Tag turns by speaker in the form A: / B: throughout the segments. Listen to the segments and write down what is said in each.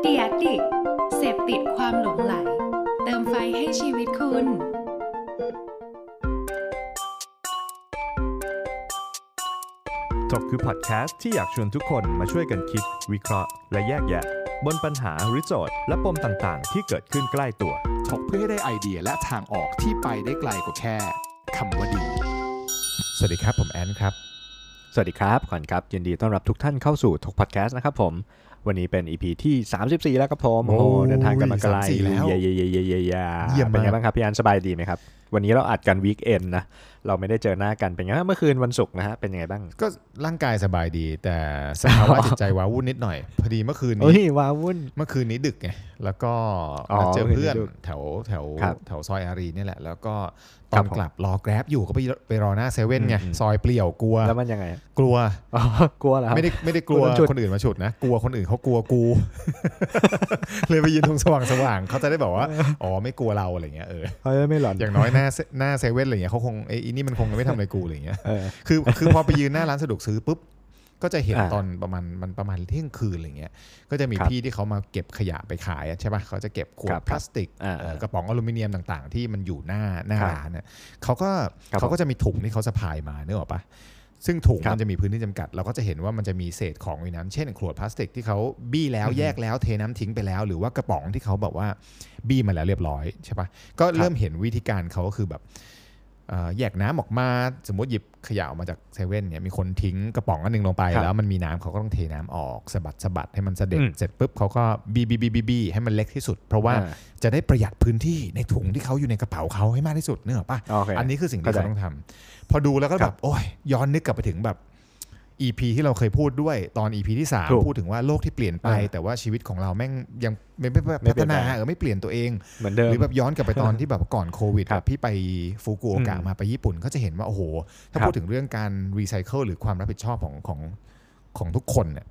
A: เดียดดิกเสพติดความหลงไหล เติมไฟให้ชีวิตคุณ
B: ถกคือพอดแคสต์ที่อยากชวนทุกคนมาช่วยกันคิด วิเคราะห์ และแยกแยะ บนปัญหาหรือโจทย์ และปมต่างๆ ที่เกิดขึ้นใกล้ตัว
C: ถกเพื่อให้ได้ไอเดียและทางออกที่ไปได้ไกลกว่าแค่คำว่าดี
B: สวัสดีครับ ผมแอนครับ
D: สวัสดีครับขวัญครับ ยินดีต้อนรับทุกท่านเข้าสู่ทกพอดแคสต์นะครับผม วันนี้เป็น EP ที่ 34 แล้วครับผมโอ้โห
C: โอ้ย
D: เดินทางกันมาไกล
C: 34แล้ว
D: เย่เย่เย่เย่เย่เย่
C: เยี่ยมมาก
D: เป็นไงบ้างครับ พี่อันสบายดีไหมครับ วันนี้เราอัดกันวีคเอนนะ เราไม่ได้เจอหน้ากันเป็นไงบ้างเมื่อคืนวันศุกร์นะฮะเป็นยังไงบ้าง
E: ก็ร่างกายสบายดี แต่สภาวะจิตใจว้าวุ่นนิดหน่อย พอดีเมื่อคืน
D: โอ้ย
E: นี้
D: ว้าวุ่น
E: เมื่อคืนนี้ดึกไงแล้วก็
D: อ๋อ
E: มาเจอเพื่อน
D: เมื่อคืนนี้ดึก
E: แถวแถว
D: ครับ
E: แถวซอยอารีเนี่ยแหละ แล้วก็ต
D: ครั
E: อบ น
D: ผม
E: กลับรอแกร็บอยู่ก็ไปไปรอหน้าเซเว่นไง
D: อืม
E: ซอยเปลี่ยวกลัว
D: แล้วมันยังไง
E: กลัว
D: อ๋อกลัวเหรอครับ
E: ไม่ได้ไม่ได้กลัว
D: กลัวโดนฉุด
E: คนอื่นมาฉุดนะ กลัวคนอื่นเขากลัวกู เลยไปยืนตรงสว่างสว่างๆเขาจะได้บอกว่าอ๋อไม่กลัวเราอะไรเงี้ยเออ
D: เฮ้ยไม่หลอน
E: อย่างน้อยหน้า เซหน้าเซเว่นอะไรเงี้ยเขาคงไอ้ยอีนี่มันคงไม่ทำอะไรกูอะไรเงี้ย
D: เออ
E: คือ คือพอไปยืนหน้าร้านสะดวกซื้อปุ๊บ ก็จะเห็น
D: อ่า
E: ตอนประมาณมันประมาณเที่ยงคืนอะไรเงี้ยก็จะมี
D: ครับ
E: พี่ที่เขามาเก็บขยะไปขายอะใช่ป่ะเขาจะเก็บข
D: ค
E: วด
D: รับ
E: พลาสติก
D: อ่า
E: เอ่อกระป๋องอลูมิเนียมต่างๆ ที่มันอยู่หน้าหน้า
D: ครับ
E: ร้านเนี่ยเขาก็
D: ครับ
E: เขาก็จะมีถุงที่เขาสะพายมาเนกอะปะซึ่งถุง
D: ครับ
E: มันจะมีพื้นที่จำกัด เราก็จะเห็นว่ามันจะมีเศษของอยู่ในนั้นเช่นขวดพลาสติกที่เขาบี้แล้ว
D: อือฮึ
E: แยกแล้วเทน้ำทิ้งไปแล้ว หรือว่ากระป๋องที่เขาแบบว่าบี้มาแล้วเรียบร้อยใช่ปะก็เริ่มเห็นวิธีการเขาก็คือแบบ เอ่อแยกน้ำออกมาสมมติหยิบขยะออกมาจากเซเว่นเนี่ยมีคนทิ้งกระป๋องอันหนึงลงไป
D: ครับ
E: แล้วมันมีน้ำเขาก็ต้องเทน้ำออกสะบัดสะบัดให้มันเสด็จ
D: อืม
E: เสร็จปุ๊บเขาก็บีบีบีบีบีให้มันเล็กที่สุด เพราะว่า
D: อ่า
E: จะได้ประหยัดพื้นที่ในถุงที่เขาอยู่ในกระเป๋าเขาให้มากที่สุดเนกอะปะ
D: โอเคน
E: นี้คือสิ่งที่
D: เข้าใจ
E: เขาต้องทำพอดูแล้วก็
D: ค
E: แบ
D: รับบ
E: โอ้ยย้อนนึกกลับไปถึงแบบ EP ที่เราเคยพูดด้วยตอน EP ที่สาม
D: ถูก
E: พูดถึงว่าโลกที่เปลี่ยนไป
D: อ่า
E: แต่ว่าชีวิตของเราแม่งยังไม่ไม่
D: ไม่
E: พั
D: เปลี่ย
E: ฒ
D: น
E: นา
D: แปลง
E: เออไม่เปลี่ยนตัวเอง
D: เหมือนเดิม
E: หรือแบบย้อนกลับไปตอนที่แบบก่อนโควิด
D: ครับ
E: พี่ไปฟูกุโอกะ
D: อืม
E: มาไปญี่ปุ่นก็จะเห็นว่า โอ้โห ถ้า
D: ครับ
E: พูดถึงเรื่องการรีไซเคิลหรือความรับผิดชอบของของของทุกคนเนี่ย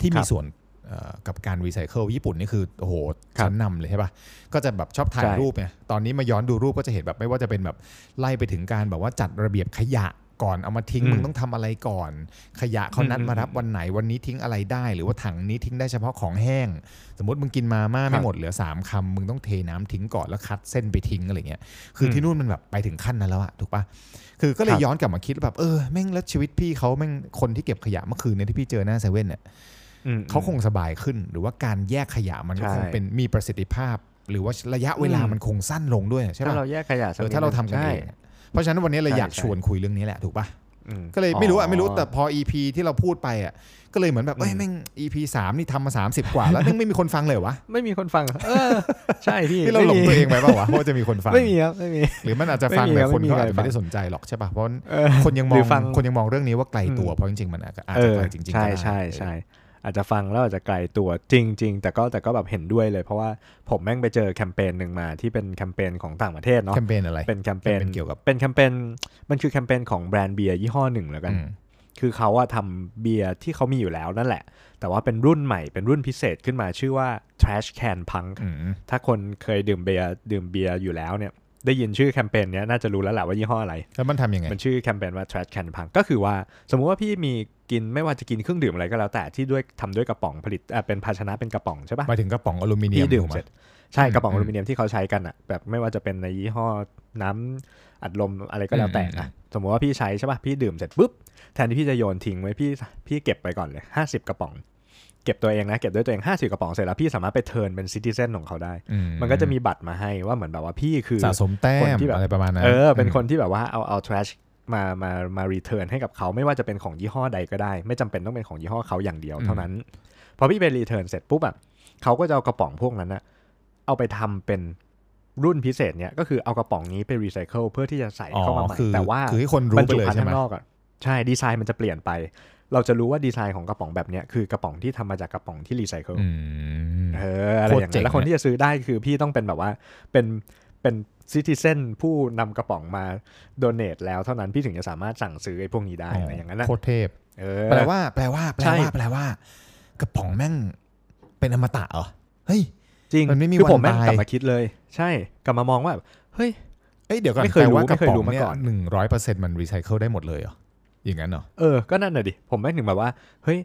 E: ที่
D: ครั
E: มี
D: บ
E: ส่วนเอ่อกับการรีไซเคิลญี่ปุ่นนี่คือ โอ้โห
D: ครับ
E: ชั้นนำเลยใช่ปะก็จะแบบชอบถ่าย
D: ใช่
E: รูปเนี่ยตอนนี้มาย้อนดูรูปก็จะเห็นแบบไม่ว่าจะเป็นแบบไล่ไปถึงการแบบว่าจัดระเบียบขยะก่อนเอามาทิ้ง
D: อืม
E: มึงต้องทำอะไรก่อน ขยะเขานัด
D: อืม
E: มารับวันไหนวันนี้ทิ้งอะไรได้ หรือว่าถังนี้ทิ้งได้เฉพาะของแห้ง สมมติมึงกินมาม่า
D: ครั
E: ไม่
D: บ
E: หมดเหลือสามคำมึงต้องเทน้ำทิ้งก่อนแล้วคัดเส้นไปทิ้งอะไรเงี้ย คืออ
D: ม
E: ที่นู่นมันแบบไปถึงขั้นนั้นแล้วอะถูกปะคือก็เล
D: ค
E: ย
D: รับ
E: ย้อนกลับมาคิดว่าแบบเออแม่งแล้วชีวิตพี่เขาแม่งคนที่เก็บขยะเมื่อคืนเนี่ยที่พี่เจอหน้าเซเว่นเนี่ยเขาคงสบายขึ้น หรือว่าการแยกขยะมันก็
D: ใช่
E: คงเป็นมีประสิทธิภาพ หรือว่าระยะเวลา
D: อืม
E: มันคงสั้นลงด้วยใช่
D: ถ้า
E: ปะ
D: เราแยกขยะสั
E: เอกอ
D: ด
E: ถ้าเราทำกัน
D: ใช่
E: เองเพราะฉะนั้นวันนี้เรา
D: ใช่
E: อยาก
D: ใช่
E: ชวนคุยเรื่องนี้แหละถูกปะ
D: อืม
E: ก็เลยไม่รู้อะไม่รู้แต่พอ EP ที่เราพูดไปอะก็เลยเหมือนแบบเอ้ย
D: อืม
E: แม่ง EP สามนี่ทำมาสามสิบกว่า แล้วแม่งไม่มีคนฟังเลยเหรอวะ
D: ไม่มีคนฟังเอ อใช่พี่
E: ที่เราหลงตัวเองไปเปล่าวะว่าจะมีคนฟัง
D: ไม่มีครับไม่มี
E: หรือมันอาจจะฟัง
D: ไม่มีค
E: แต่
D: รับ
E: คนก็อาจจะ
D: ไม่มีใครฟัง
E: ไม่ได้สนใจหรอกใช่ป่ะเพราะ
D: เออ
E: คนยังม
D: ห
E: อ
D: รือฟั
E: ง
D: ง
E: คนยังมองเรื่องนี้ว่าไกลตัว
D: อืม
E: เพราะจริงๆมันอาจจะอาจ
D: เออ
E: จะไกลจริงๆ
D: ใช่
E: ก็ได้
D: ใช่ใช่อาจจะฟังแล้วอาจจะไกลตัวจริง ๆ แต่ก็แต่ก็แบบเห็นด้วยเลย เพราะว่าผมแม่งไปเจอแคมเปญหนึ่งมาที่เป็นแคมเปญของต่างประเทศเนาะ
E: แคมเปญอะไร
D: เป็นแคมเปญ
E: แคมเปญเกี่ยวกับ
D: เป็นแคมเปญมันคือแคมเปญของแบรนด์เบียร์ยี่ห้อหนึ่งแล้วกัน
E: อืม
D: คือเขาอะทำเบียร์ที่เขามีอยู่แล้วนั่นแหละ แต่ว่าเป็นรุ่นใหม่เป็นรุ่นพิเศษขึ้นมาชื่อว่า trash can punk
E: อืม
D: ถ้าคนเคยดื่มเบียร์ดื่มเบียร์อยู่แล้วเนี่ยได้ยินชื่อแคมเปญเนี้ยน่าจะรู้แล้วแหละว่ายี่ห้ออะไร
E: แล้วมันทำยังไง
D: มันชื่อแคมเปญว่า trash can punk ก็คือว่าสมมุติว่าพี่มีกินไม่ว่าจะกินเครื่องดื่มอะไรก็แล้วแต่ที่ด้วยทำด้วยกระป๋องผลิตอ่ะเป็นภาชนะเป็นกระป๋องใช่ปะ
E: หมายถึงกระป๋องอลูมิเนียม
D: พี่ดื่ม
E: ถูกไห
D: เสร็จใช่กระป๋อง
E: อื
D: อ
E: ม
D: ลูมิเนียมที่เขาใช้กันอ่ะแบบไม่ว่าจะเป็นในยี่ห้อน้ำอัดลมอะไรก็แล้วแต่นะสมมุติว่าพี่ใช้ใช่ปะพี่ดื่มเสร็จปุ๊บแทนที่พี่จะโยนทิ้งไว้พี่พี่เก็บไปก่อนเลย50 กระป๋อง เก็บตัวเองนะเก็บด้วยตัวเอง50กระป๋องเสร็จแล้วพี่สามารถไปเทิร์นเป็นซิติเซนของเขาได้
E: อืม
D: มันก็จะมีบัตรมาให้ว่าเหมือนแบบว่าพี่คือ
E: สะสมแต้
D: คน
E: ม
D: ที่แบบ
E: อะไรประมาณนั้น
D: เออ เป็นคนที่แบบว่าเอาเอา trash มา มา มารีเทิร์นให้กับเขาไม่ว่าจะเป็นของยี่ห้อใดก็ได้ ไม่จำเป็นต้องเป็นของยี่ห้อเขาอย่างเดียวเท่านั้น พอพี่ไปรีเทิร์นเสร็จปุ๊บอ่ะเขาก็จะเอากระป๋องพวกนั้นอะเอาไปทำเป็นรุ่นพิเศษเนี่ยก็คือเอากระป๋องนี้ไปรีไซเคิลเพื่อที่จะใส่
E: อ๋อ
D: เข้ามาใหม่
E: คือ
D: แต่ว่า
E: คือให้คนรู้
D: บรร
E: ไป
D: จุ
E: เลย
D: ภัณฑ์
E: ใช่ไหม
D: ข้างนอกอ่ะใช่ดีไซน์มันจะเปลี่ยนไป เราจะรู้ว่าดีไซน์ของกระป๋องแบบเนี้ยคือกระป๋องที่ทำมาจากกระป๋องที่รีไซเคิล
E: อืม
D: เอออะไรอย่าง
E: โคตรเจ๋
D: เงี้ย
E: ง
D: แล้วคน
E: เลย
D: ที่จะซื้อได้คือพี่ต้องเป็นแบบว่าเป็นเป็นซิติเซนผู้นำกระป๋องมาโดเน a แล้วเท่านั้นพี่ถึงจะสามารถสั่งซื้อไอ้พวกนี้ได้อะไรอย่างนั้นนะ
E: โคตรเทพ
D: เออ
E: แปลว่าแปลว่าแปล
D: ใช่
E: ว่าแปลว่า กระป๋องแม่งเป็นอมตะเหรอเฮ้ย
D: จริง
E: มันไม่มี
D: คือผม
E: วัน
D: แม่ง
E: ตาย
D: กลับมาคิดเลย ใช่กลับมามองว่าแบบเฮ้ย
E: เอ้ยเดี๋ยวก่อน
D: ไม่เคย
E: แปล
D: รู้
E: ว่ากระป๋อ
D: ไม่เคย
E: ง
D: รู้มา
E: เนี่
D: ก่
E: ย
D: อน
E: หนึ่งร้อยเปอร์เซ็นต์มันรีไซเคิลได้หมดเลยเหรออย่างนั้นเหรอ
D: เออก็นั่นน่ะดิผมแม่งถึงแบบว่าเฮ้ย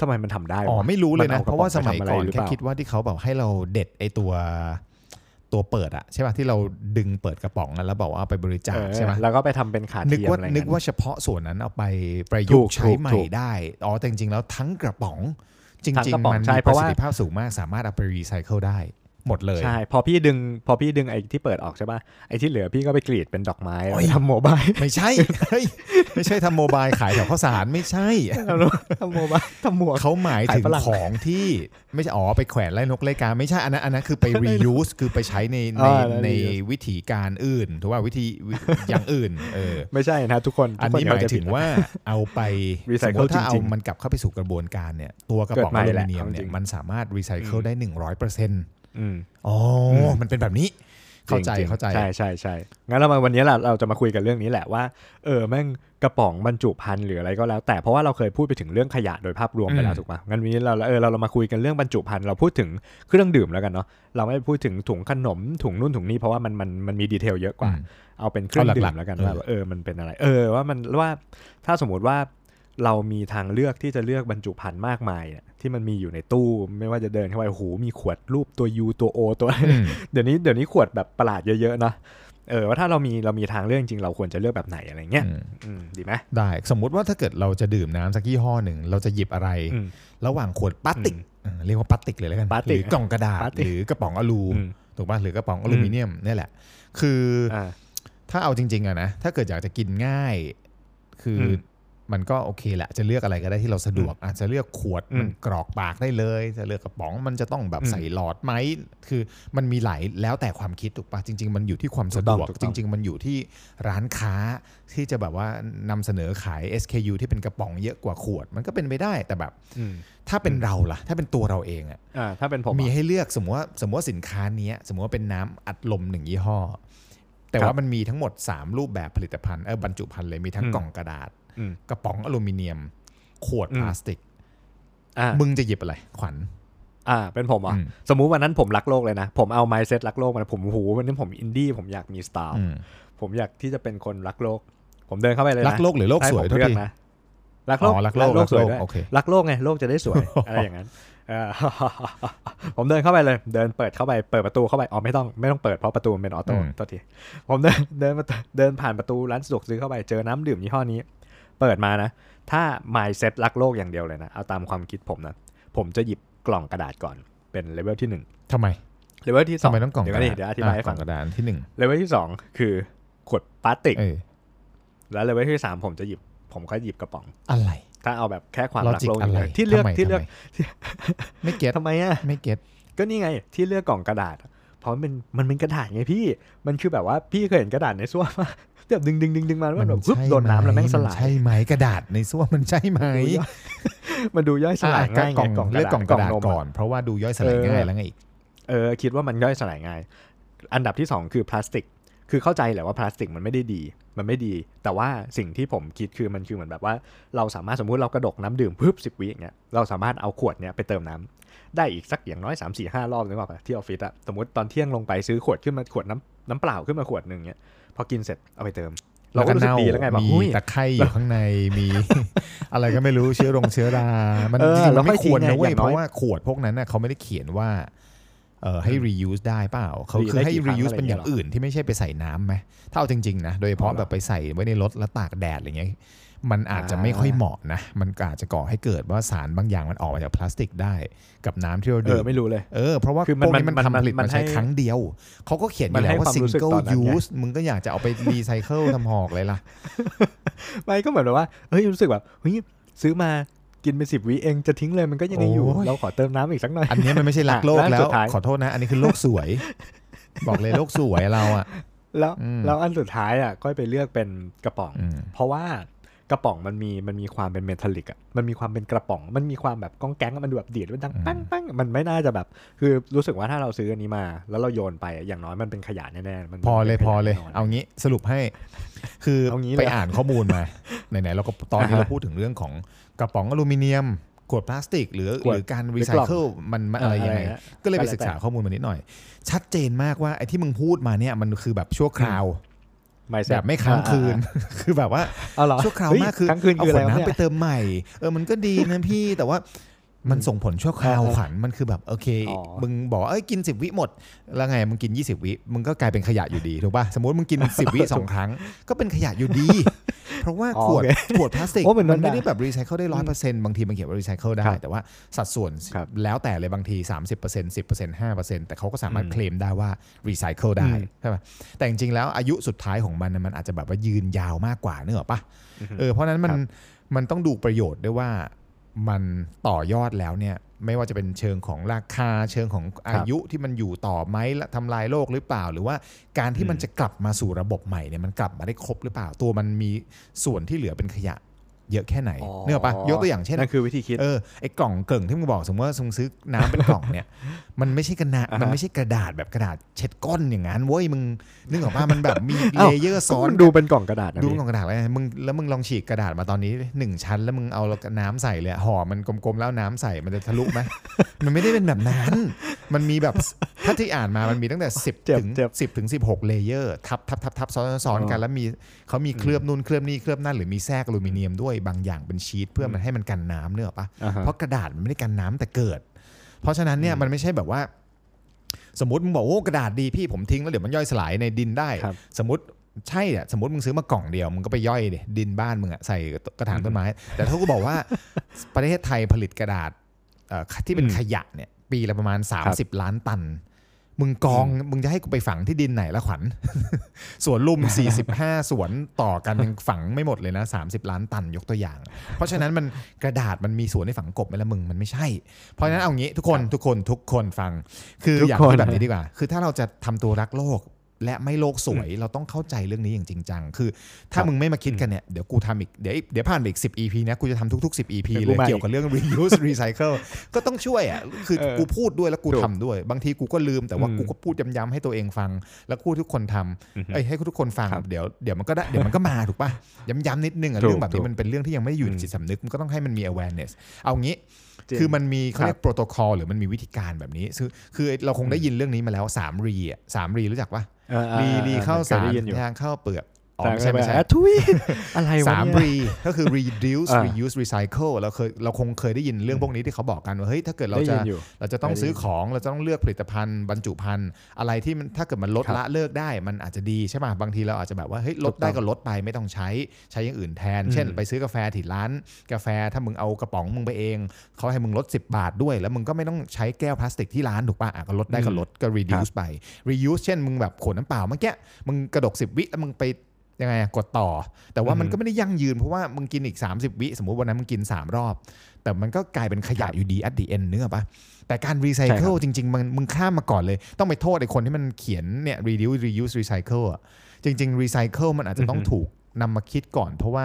D: ทำไมมันทำได้ว
E: อ๋อไม่รู้เลยนะ
D: อ
E: เพราะว่าสมัยก่อน
D: ไปทำะไหรื
E: แค่
D: เปล่า
E: คิดว่าที่เขาแบบให้เราเด็ดไอตัวตัวเปิดอะใช่ป่ะที่เราดึงเปิดกระป๋องอะแล้วบอกว่าเอาไปบริจาค
D: เออ
E: ใช่ไหม
D: แล้วก็ไปทำเป็นขา
E: นึก
D: เทียม
E: ว่า
D: อะไร
E: นึ
D: เงี้
E: ก
D: ย
E: ว่าเฉพาะส่วนนั้นเอาไปประ
D: ถู
E: ยุก
D: ก
E: ต์ใช้ใหม่
D: ถูกถูก
E: ได้อ๋อแต่จริงๆแล้วทั้งกระป๋อง จ
D: ทั้ง
E: ริง
D: กระป๋อง
E: ๆ มัน
D: ใช่
E: มี
D: เพ
E: ป
D: ราะ
E: ระ
D: ว่า
E: สิทธิภาพสูงมากสามารถเอาไปรีไซเคิลได้ หมดเลย
D: ใช่พอพี่ดึงพอพี่ดึงไอ้ที่เปิดออกใช่ป่ะไอ้ที่เหลือพี่ก็ไปกรีดเป็นดอกไม้แล้ว
E: โอ้ย
D: ไปทำโมบาย
E: ไม่ใช่ เฮ้ยไม่ใช่ทำโมบายขายแถวข้าวสารไม่ใช่
D: ทำโมบายทำหมวก
E: เขาหมายถึ
D: ขา
E: ง
D: ยฝรั่ง
E: ของที่ไม่ใช่อ๋อไปแขวนไล่นกไล่กาไม่ใช่อันนั้นอันนั้นคือไป reuse คือไปใช้ในใน
D: อ่าแล้ว
E: ใน
D: reuse
E: วิธีการอื่นถูกว่าวิธีวิอย่างอื่นเออ
D: ไม่ใช่นะทุกคน
E: อัน
D: ทุกค
E: นี้ห
D: เข้
E: มาย
D: ใจ
E: ถึง
D: ผิด
E: ว่าเอาไป สม
D: Recycle
E: มติถ้าเอา
D: จริงๆ
E: มันกลับเข้าไปสู่กระบวนการเนี่ยตัวกระป๋อง
D: เกิดใหม่แห
E: อลูมิ
D: ละ
E: เนียม
D: เอาจริง
E: เนี่ยมันสามารถรีไซเคิลได้หนึ่งร้อยเปอร์เซ็นต์
D: อืม
E: อ๋ออ
D: ม
E: มันเป็นแบบนี้ เข้าใจ
D: ริงๆ
E: เข้าใจ
D: ใช่ใช่ใช่งั้นเรามาวันนี้แหละเราจะมาคุยกันเรื่องนี้แหละว่าเออแม่งกระป๋องบรรจุภัณฑ์หรืออะไรก็แล้ว แต่เพราะว่าเราเคยพูดไปถึงเรื่องขยะโดยภาพรวมไปแล้
E: อื
D: ว
E: ม
D: ถูกปะงั้นวันนี้เราเออเราเรามาคุยกันเรื่องบรรจุภัณฑ์เราพูดถึงเครื่องดื่มแล้วกันเนาะเราไม่พูดถึงถุงขนมถุงนู่นถุงนี้เพราะว่ามันมันมันมีดีเทลเยอะกว่า
E: อืม
D: เอาเป็นเครื่อง
E: เอาหลั
D: ดื่
E: ก
D: ม
E: ๆ
D: แล้วกัน
E: เออ
D: ว่าเออมันเป็นอะไร เออว่ามันว่าถ้าสมมติว่าเรามีทางเลือกที่จะเลือกบรรจุภัณฑ์มากมายเนี่ยที่มันมีอยู่ในตู้ไม่ว่าจะเดินเข้าไปโอ้โหมีขวดรูปตัว U ตัว O ตัวอะไร
E: อืม
D: เดี๋ยวนี้เดี๋ยวนี้ขวดแบบประหลาดเยอะๆนะ เออว่าถ้าเรามีเรามีทางเลือกจริงๆเราควรจะเลือกแบบไหนอะไรเงี้ย
E: อืม
D: อืมดีไหม
E: ได้สมมุติว่าถ้าเกิดเราจะดื่มน้ำสักยี่ห้อหนึ่งเราจะหยิบอะไร
D: อืม
E: ระหว่างขวดพลาสติก
D: อืม
E: เออเรียกว่าพลาสติกเลยแล้วกัน
D: พลาส
E: ห
D: ติก
E: รือกล่องกระดาษ
D: พลาสติก
E: หรือกระป๋องอลู
D: อืม
E: ถูกป่ะหรือกระป๋องอลูมิเนียมเนี่ยแหละ คืออ
D: อ่า
E: ถ้าเอาจริงๆอะนะถ้าเกิดอยากจะกินง่าย คืออ
D: ม
E: มันก็โอเคแหละจะเลือกอะไรก็ได้ที่เราสะดวกอาจจะเลือกขวด
D: อืม
E: มันกรอกปากได้เลย จะเลือกกระป๋องมันจะต้องแบบ
D: อืม
E: ใส่หลอดไหมคือมันมีหลายแล้วแต่ความคิดถูกปะจริง ๆ มันอยู่ที่ความสะดวก
D: ถูกต้องถูก
E: จ
D: ต้อง
E: ริง ๆ มันอยู่ที่ร้านค้าที่จะแบบว่านำเสนอขาย SKU ที่เป็นกระป๋องเยอะกว่าขวด มันก็เป็นไปได้แต่แบบ
D: อืม
E: ถ้าเป็นเราล่ะ ถ้าเป็นตัวเราเองอะ
D: อ่าถ้าเป็นผม
E: มี
D: อะ
E: ให้เลือกสมมติว่าสมมติว่าสินค้าเนี้ย สมมติว่าเป็นน้ำอัดลมหนึ่งยี่ห้อ แต่
D: ครับ
E: ว่ามันมีทั้งหมด 3 รูปแบบผลิตภัณฑ์เออบรรจุภัณฑ์เลยมีทั้ง
D: อืม
E: กล่องกระดาษ
D: อืม
E: กระป๋องอลูมิเนียม ขวด
D: อืม
E: พลาสติก
D: อ่า
E: มึงจะหยิบอะไร ขวัญ
D: อ่าเป็นผมอ่ะ
E: อืม
D: สมมุติวันนั้นผมรักโลกเลยนะ ผมเอาไมซ์เซ็ตรักโลกมาผมหูวันนี้ผมอินดี้ผมอยากมีสไตล์
E: อืม
D: ผมอยากที่จะเป็นคนรักโลก ผมเดินเข้าไปเลยนะ
E: รักโลกหรือโลก
D: ให้
E: ส
D: ผ
E: วย
D: ม
E: โทุก
D: เลือก
E: ที
D: นะรักโล
E: อ๋
D: ก
E: อรักโลกรัก
D: ส
E: โล
D: วย
E: ก
D: ด้วย
E: โอเค
D: รักโลกไงโลกจะได้ สวย อะไรอย่างนั้นเออ ผมเดินเข้าไปเลย เดินเปิดเข้าไปเปิดประตูเข้าไปอ๋อไม่ต้องไม่ต้องเปิดเพราะประตูมันเป็นออโต้
E: อืม
D: ตัวทีผมเดินเดินมาเดินผ่านประตูร้านสะดวกซื้อเข้าไปเจอน้ำดื่มยี่ห้อนี้ เปิดมานะ ถ้า mindset รักโลกอย่างเดียวเลยนะ เอาตามความคิดผมนะ ผมจะหยิบกล่องกระดาษก่อนเป็นเลเวลที่หนึ่ง
E: ทำไม
D: เลเวลที่ส
E: ทำ
D: อง
E: ไมต้องกล่อง
D: เดี๋ย
E: ก
D: วน
E: ระดา
D: ดิ
E: ษ
D: เดี๋ยวอธิบายให้
E: ะกล่
D: ฟั
E: อง งกระดาษที่หนึ่ง
D: เลเวลที่สองคือขวดพลาสติก
E: เออ
D: แล้วเลเวลที่สามผมจะหยิบผมก็หยิบกระป๋อง
E: อะไร
D: ถ้าเอาแบบแค่ความ
E: ลอ
D: รัก
E: จิก
D: โลกอ
E: อะ
D: ย่าง
E: ไร
D: เดียวที่เลือก
E: ำไม
D: ที่เลือก
E: ำไมไม่เก็ต
D: ทำไมอ่ะ
E: ไม่เก็ต
D: ก็นี่ไงที่เลือกกล่องกระดาษอะเพราะมันเป็นมันเป็นกระดาษไงพี่ มันคือแบบว่าพี่เคยเห็นกระดาษ ในส้วมปะแบบดึงดึงดึงดึงมาแล้วมันแบบปึ๊บโดนน้ำแล้วแม่งสลาย
E: ใช่ไหมกระดาษในส้วมมันใช่ไหม
D: มันดูย่อยสลาย
E: อ่ะ
D: ง่ายไง
E: กล่อง
D: กล่อง
E: เลือกกล่องกระดาษ
D: นมะ
E: ก่อน เพราะว่าดูย่อยสลาย
D: เออ
E: ง่ายแล้วไงอีก
D: เออคิดว่ามันย่อยสลายง่าย อันดับที่สองคือพลาสติก คือเข้าใจแหละว่าพลาสติกมันไม่ได้ดี มันไม่ดี แต่ว่าสิ่งที่ผมคิดคือมันคือเหมือนแบบว่า เราสามารถสมมุติเรากระดกน้ำดื่มปึ๊บสิบวิอย่างเงี้ยเราสามารถเอาขวดเนี้ยไปเติมน้ำได้อีกสักอย่างน้อย3 4 5รอบนึกออกปะที่ออฟฟิศอะสมมติตอนเที่ยงลงไปซื้อขวดขึ้นมาขวดน้ำน้ำเปล่าขึ้นมาขวดหนึ่งเงี้ยพอกินเสร็จเอาไปเติม เราก็รู้สึกดีแล้วไงแบบ
E: มี
D: หุ้ย
E: ตะไคร่อยู่ข้างในมี อะไรก็ไม่รู้เชื้อรงเชื้อรา มัน
D: เออ
E: จริงๆมัน
D: แล้วค่อ
E: ไม่
D: ย
E: ควรนะเว้ย
D: ทิ้งไงอย่าง
E: เพ
D: น้อย
E: ราะว่าขวดพวกนั้นน่ะเขาไม่ได้เขียนว่าเออให้ reuse ได้เปล่าเขา
D: รี
E: คือ
D: ได้
E: ให้
D: กี่ครั้ง
E: reuse เป็นอย่างอื่นที่ไม่ใช่ไปใส่น้ำไหมถ้าเอาจริงๆนะโดยเฉพาะ
D: อ๋อเหรอ
E: แบบไปใส่ไว้ในรถแล้วตากแดดอะไรเงี้ยมันอาจจะไม่ค่อยเหมาะนะ มันก็อาจจะก่อให้เกิดว่าสารบางอย่างมันออกมาจากพลาสติกได้กับน้ำที่เรา
D: เอ
E: ดื่
D: อ
E: ม
D: ไม่รู้เลย
E: เออเพราะว่า
D: คือมั
E: พ
D: น
E: วกนี้
D: มัมั
E: มัน น
D: น
E: ทำผลิต
D: มัน
E: มาใช้
D: ให้
E: ครั้งเดียว เขาก็เขียนอ
D: มัน
E: ยู่แล้ว
D: ให้
E: ว่า
D: ความรู้สึก
E: single
D: ตอนนั้นไง
E: use มึงก็อยากจะเอาไป รีไซเคิลทำหอกเลยล่ะ
D: ไม่ก็เหมือนแบบว่าเฮ้ยรู้สึกแบบเฮ้ยซื้อมากินไปสิบวิเองจะทิ้งเลยมันก็ยังไงอยู่
E: โอ้ย
D: เราขอเติมน้ำอีกสักหน่อย
E: อันเนี้ยมันไม่ใช่รักโลก
D: อ่ะ
E: แล้
D: แล้วสุ
E: ว
D: ดท้าย
E: ขอโทษนะ อันนี้คือโลกสวย บอกเลยโลกสวยเราอ่ะ
D: แล้ว
E: อืม
D: แล้วอันสุดท้ายอ่ะก็ไปเลือกเป็นกระป๋อง
E: อืม
D: เพราะว่ากระป๋องมันมีมันมีความเป็นเมทัลลิกอ่ะมันมีความเป็นกระป๋อง มันมีความแบบก้องแก๊งอะมันดูแบบดีดมันดัง
E: อืม
D: ปั้งปั้งมันไม่น่าจะแบบ คือรู้สึกว่าถ้าเราซื้ออันนี้มา แล้วเราโยนไปอะอย่างน้อยมันเป็นขยะแน่ๆมัน
E: พอเลย
D: ป็น
E: พอเลย
D: ขะแน่นน
E: เอางี้สรุปให้ คือ
D: เอางี้เลย
E: ไปอ่านข้อมูลมา ไหนๆเราก็ตอนนี้
D: อ่าฮะ
E: เราพูดถึงเรื่องของกระป๋องอลูมิเนียม ขวดพลาสติก หรือ
D: ขว
E: ห
D: ด
E: รือการ
D: หรื
E: รี
D: อ
E: ไซ
D: กล่อง
E: เคิลมันมัน
D: เออ
E: อะ
D: อะไร ไร
E: ยังไง
D: ฮะ
E: ก็เลยไป
D: ก็แล้วแต่
E: ศึกษาข้อมูลมานิดหน่อย ชัดเจนมากว่าไอ้ที่มึงพูดมาเนี่ยมันคือแบบชั่วคราว
D: mindset
E: แบบไม่ค้างคืน คือแบบว่า
D: เอาเหรอ
E: ชั่วคราว
D: เฮ้ย
E: มากคือ
D: ค้างคืน
E: เอา
D: คืออะ
E: ขว
D: ไร
E: ด
D: วะ
E: น้ำ
D: เนี่ย
E: ไปเติมใหม่ เออมันก็ดีนะ พี่ แต่ว่ามันส่งผลชั่วคราว
D: เออเออ
E: ขวัญมันคือแบบโอเค
D: อ๋อ
E: มึงบอกว่าเอ้ยกิน 10 วิหมด แล้วไงมึงกิน 20 วิมึงก็กลายเป็นขยะอยู่ดีถูกป่ะสมมติ มึงกิน 10 วิสองครั้ง ก็เป็นขยะอยู่ดี เพราะว่า
D: อ๋อ
E: ขวด
D: โอเค
E: ขวดพลาสติก
D: โอ้เหมือน
E: มัน
D: มัน
E: ไม่
D: ได้
E: ได้แบบรีไซเคิลได้ร้อยเปอร์เซ็นต์บางทีมันเขียนว่ารีไซเคิลได้
D: ครับ
E: แต่ว่าสัดส่วน
D: ครับ
E: แล้วแต่เลยบางที 30% 10% 5%แต่เขาก็สามารถ
D: อืม
E: เคลมได้ว่ารีไซเคิลได้
D: อืม
E: ใช่ป่ะแต่จริงๆแล้วอายุสุดท้ายของมันน่ะมันอาจจะแบบว่ายืนยาวมากกว่าเนกอะป่ะ เออเพราะฉะนั้นมัน
D: ครับ
E: มันต้องดูประโยชน์ด้วยว่ามันต่อยอดแล้วเนี่ยไม่ว่าจะเป็นเชิงของราคาเชิงของอายุที่มันอยู่ต่อไหมและทำลายโลกหรือเปล่า หรือว่าการที่มันจะกลับมาสู่ระบบใหม่เนี่ยมันกลับมาได้ครบหรือเปล่า ตัวมันมีส่วนที่เหลือเป็นขยะเยอะแค่ไหนเนื้ออกปะยกตัวอย่างเช่น
D: นั่นคือวิธีคิด
E: เออไอ้กล่องเกิ่งที่มึงบอกสมมติว่ามึงซื้อน้ำเป็นกล่อง เนี่ย มันไม่ใช่กระดาษ
D: อ่าฮะ
E: มันไม่ใช่กระดาษแบบกระดาษเช็ดก้นอย่างนั้นเว้ยมึงนึกออกปะมันแบบมี
D: อ้าว
E: เลเยอร์ซ้อน
D: มัน
E: กัน
D: ดูเป็นกล่องกระดาษนะ
E: ดู
D: พี่
E: กล่องกระดาษไว้ไงมึงแล้วมึงลองฉีกกระดาษมาตอนนี้หนึ่งชั้น แล้วมึงเอาน้ำใส่เลยห่อมันกลมๆแล้วน้ำใส่มันจะทะลุ ไหม มันไม่ได้เป็นแบบนั้น มันมีแบบถ้าที่อ่านมามันมีตั้งแต่
D: เจ็บ
E: 10ถึง
D: เจ็บ
E: 10ถึง16เลเยอร์ทับทับทับทับซ้อนซ้อน
D: อ๋อ
E: กันแล้วมีเขามีเคลือบนู่นเคลือบนี่เคลือบนั่นหรือมีแทรกอลูมิเนียมด้วยบางอย่างเป็นชีทเพื่ออ
D: ม
E: มันให้มันกันน้ำเนกอะปะ
D: อ่าฮะ
E: เพราะกระดาษมันไม่ได้กันน้ำแต่เกิด เพราะฉะนั้นเนี่ยมันไม่ใช่แบบว่า สมมติมึงบอกโอ้กระดาษดีพี่ผมทิ้งแล้วเดี๋ยวมันย่อยสลายในดินได้
D: ครับ
E: สมมติใช่อะสมมติมึงซื้อมากล่องเดียวมึงก็ไปย่อยดิดินบ้านมึงอะใส่กระถางต้นไม้ แต่ถ้ากูบอกว่า ประเทศไทยผลิตกระดาษเอ่อที่เป็นขยะเนี่ย ปีละประมาณ 30 ล้านตัน มึงกองมึงจะให้กูไปฝังที่ดินไหนละขวัญ สวนลุม 45 สวนต่อกันยังฝังไม่หมดเลยนะ 30 ล้านตันยกตัวอย่าง เพราะฉะนั้นมันกระดาษมันมีสวนให้ฝังกบไหมละมึงมันไม่ใช่ เพราะฉะนั้นเอางี้ทุกคนทุกคนทุกคนฟัง คือ
D: ทุก
E: อยาก
D: คน
E: พูดแบบนี้ดีกว่า คือถ้าเราจะทำตัวรักโลก และไม่โลกสวยเราต้องเข้าใจเรื่องนี้อย่างจริงจังคือ ถ้ามึงไม่มาคิดกันเนี่ยเดี๋ยวกูทำอีกเดี๋ยวเดี๋ยวผ่านไปอีก 10 EP นะกูจะทำทุก ๆ 10 EP
D: เป็น
E: เล
D: ผู้
E: ย
D: มา
E: เกี่ยวกับเรื่อง reuse recycle ก็ต้องช่วยอ่ะคือ
D: เออ
E: กูพูดด้วยแล้วกู
D: ถูก
E: ทำด้วย บางทีกูก็ลืมแต่ว่า
D: อืม
E: กูก็พูดย้ำๆให้ตัวเองฟัง แล้วกูทุกคนท
D: อือฮึ
E: ำเอ้ยให้ทุกคนฟัง
D: ครับ
E: เดี๋ยวเดี๋ยวมันก็ได้เดี๋ยวมันก็มาถูกป่ะย้ำๆนิดนึงอ่ะ
D: ถูก
E: เรื่องแบบ
D: ถู
E: นี้
D: ก
E: มันเป็นเรื่องที่ยังไม่ได้อยู่ในจิตสำนึกมันก็ต้องให้มันมี awareness เอางี้
D: จริง
E: คือมันมีเขาเรียกโปรโตคอลหรือมันมีวิธีการแบบนี้คือคือเราคงได้ยินเรื่องนี้มาแล้วสามรีอ่ะสามรีรู้จักป่ะ
D: เออเออ
E: รี
D: ออ
E: รีเข้า
D: คย
E: สาร
D: ได้ยินอยู่
E: ทางเข้าเปลือกอ๋อ
D: แต่
E: ไม่ใช่ไม่ใช่
D: อ่ะทุยอะไรวะเนี่ย
E: สามรีก็คือ reduce
D: อ่า
E: reuse recycle เราเคยเราคงเคยได้ยินเรื่องพวกนี้ที่เขาบอกกันว่าเฮ้ยถ้าเกิดเรา
D: ได้
E: จะ
D: ยินอยู่
E: เราจะต้อง
D: เคยได้ยิน
E: ซื้อของเราจะต้องเลือกผลิตภัณฑ์บรรจุภัณฑ์อะไรที่มันถ้าเกิดมันลด
D: ครับ
E: ละเลิกได้มันอาจจะดีใช่ป่ะบางทีเราอาจจะแบบว่าเฮ้ยลดได้ก็ลดไปไม่ต้องใช้ใช้อย่างอื่นแทน
D: อืม
E: เช่น ไปซื้อกาแฟที่ร้าน กาแฟถ้ามึงเอากระป๋องมึงไปเองเขาให้มึงลด 10 บาทด้วย แล้วมึงก็ไม่ต้องใช้แก้วพลาสติกที่ร้านถูกป่ะอ่ะก็ลดได้ก็ลดก็ reduce ไป reuse เช่นมึงแบบขวดน้ำเปล่าเมื่อกี้มึงกระดก 10 วิแล้วมึงไปยังไงอะกดต่อ แต่ว่ามัน
D: อือฮึ
E: ก็ไม่ได้ยั่งยืนเพราะว่ามึงกินอีก 30 วิ สมมุติวันนั้นมึงกิน 3 รอบ แต่มันก็กลายเป็นขยะอยู่ดี at the end เนื้อะปะแต่การรีไซเคิลจริง ๆ มันมึงข้ามมาก่อนเลย ต้องไปโทษไอ้คนที่มันเขียนเนี่ย reduce reuse recycle อะจริง ๆ recycle มันอาจจะต้อง
D: อือฮึ
E: ถูกนำมาคิดก่อน เพราะว่า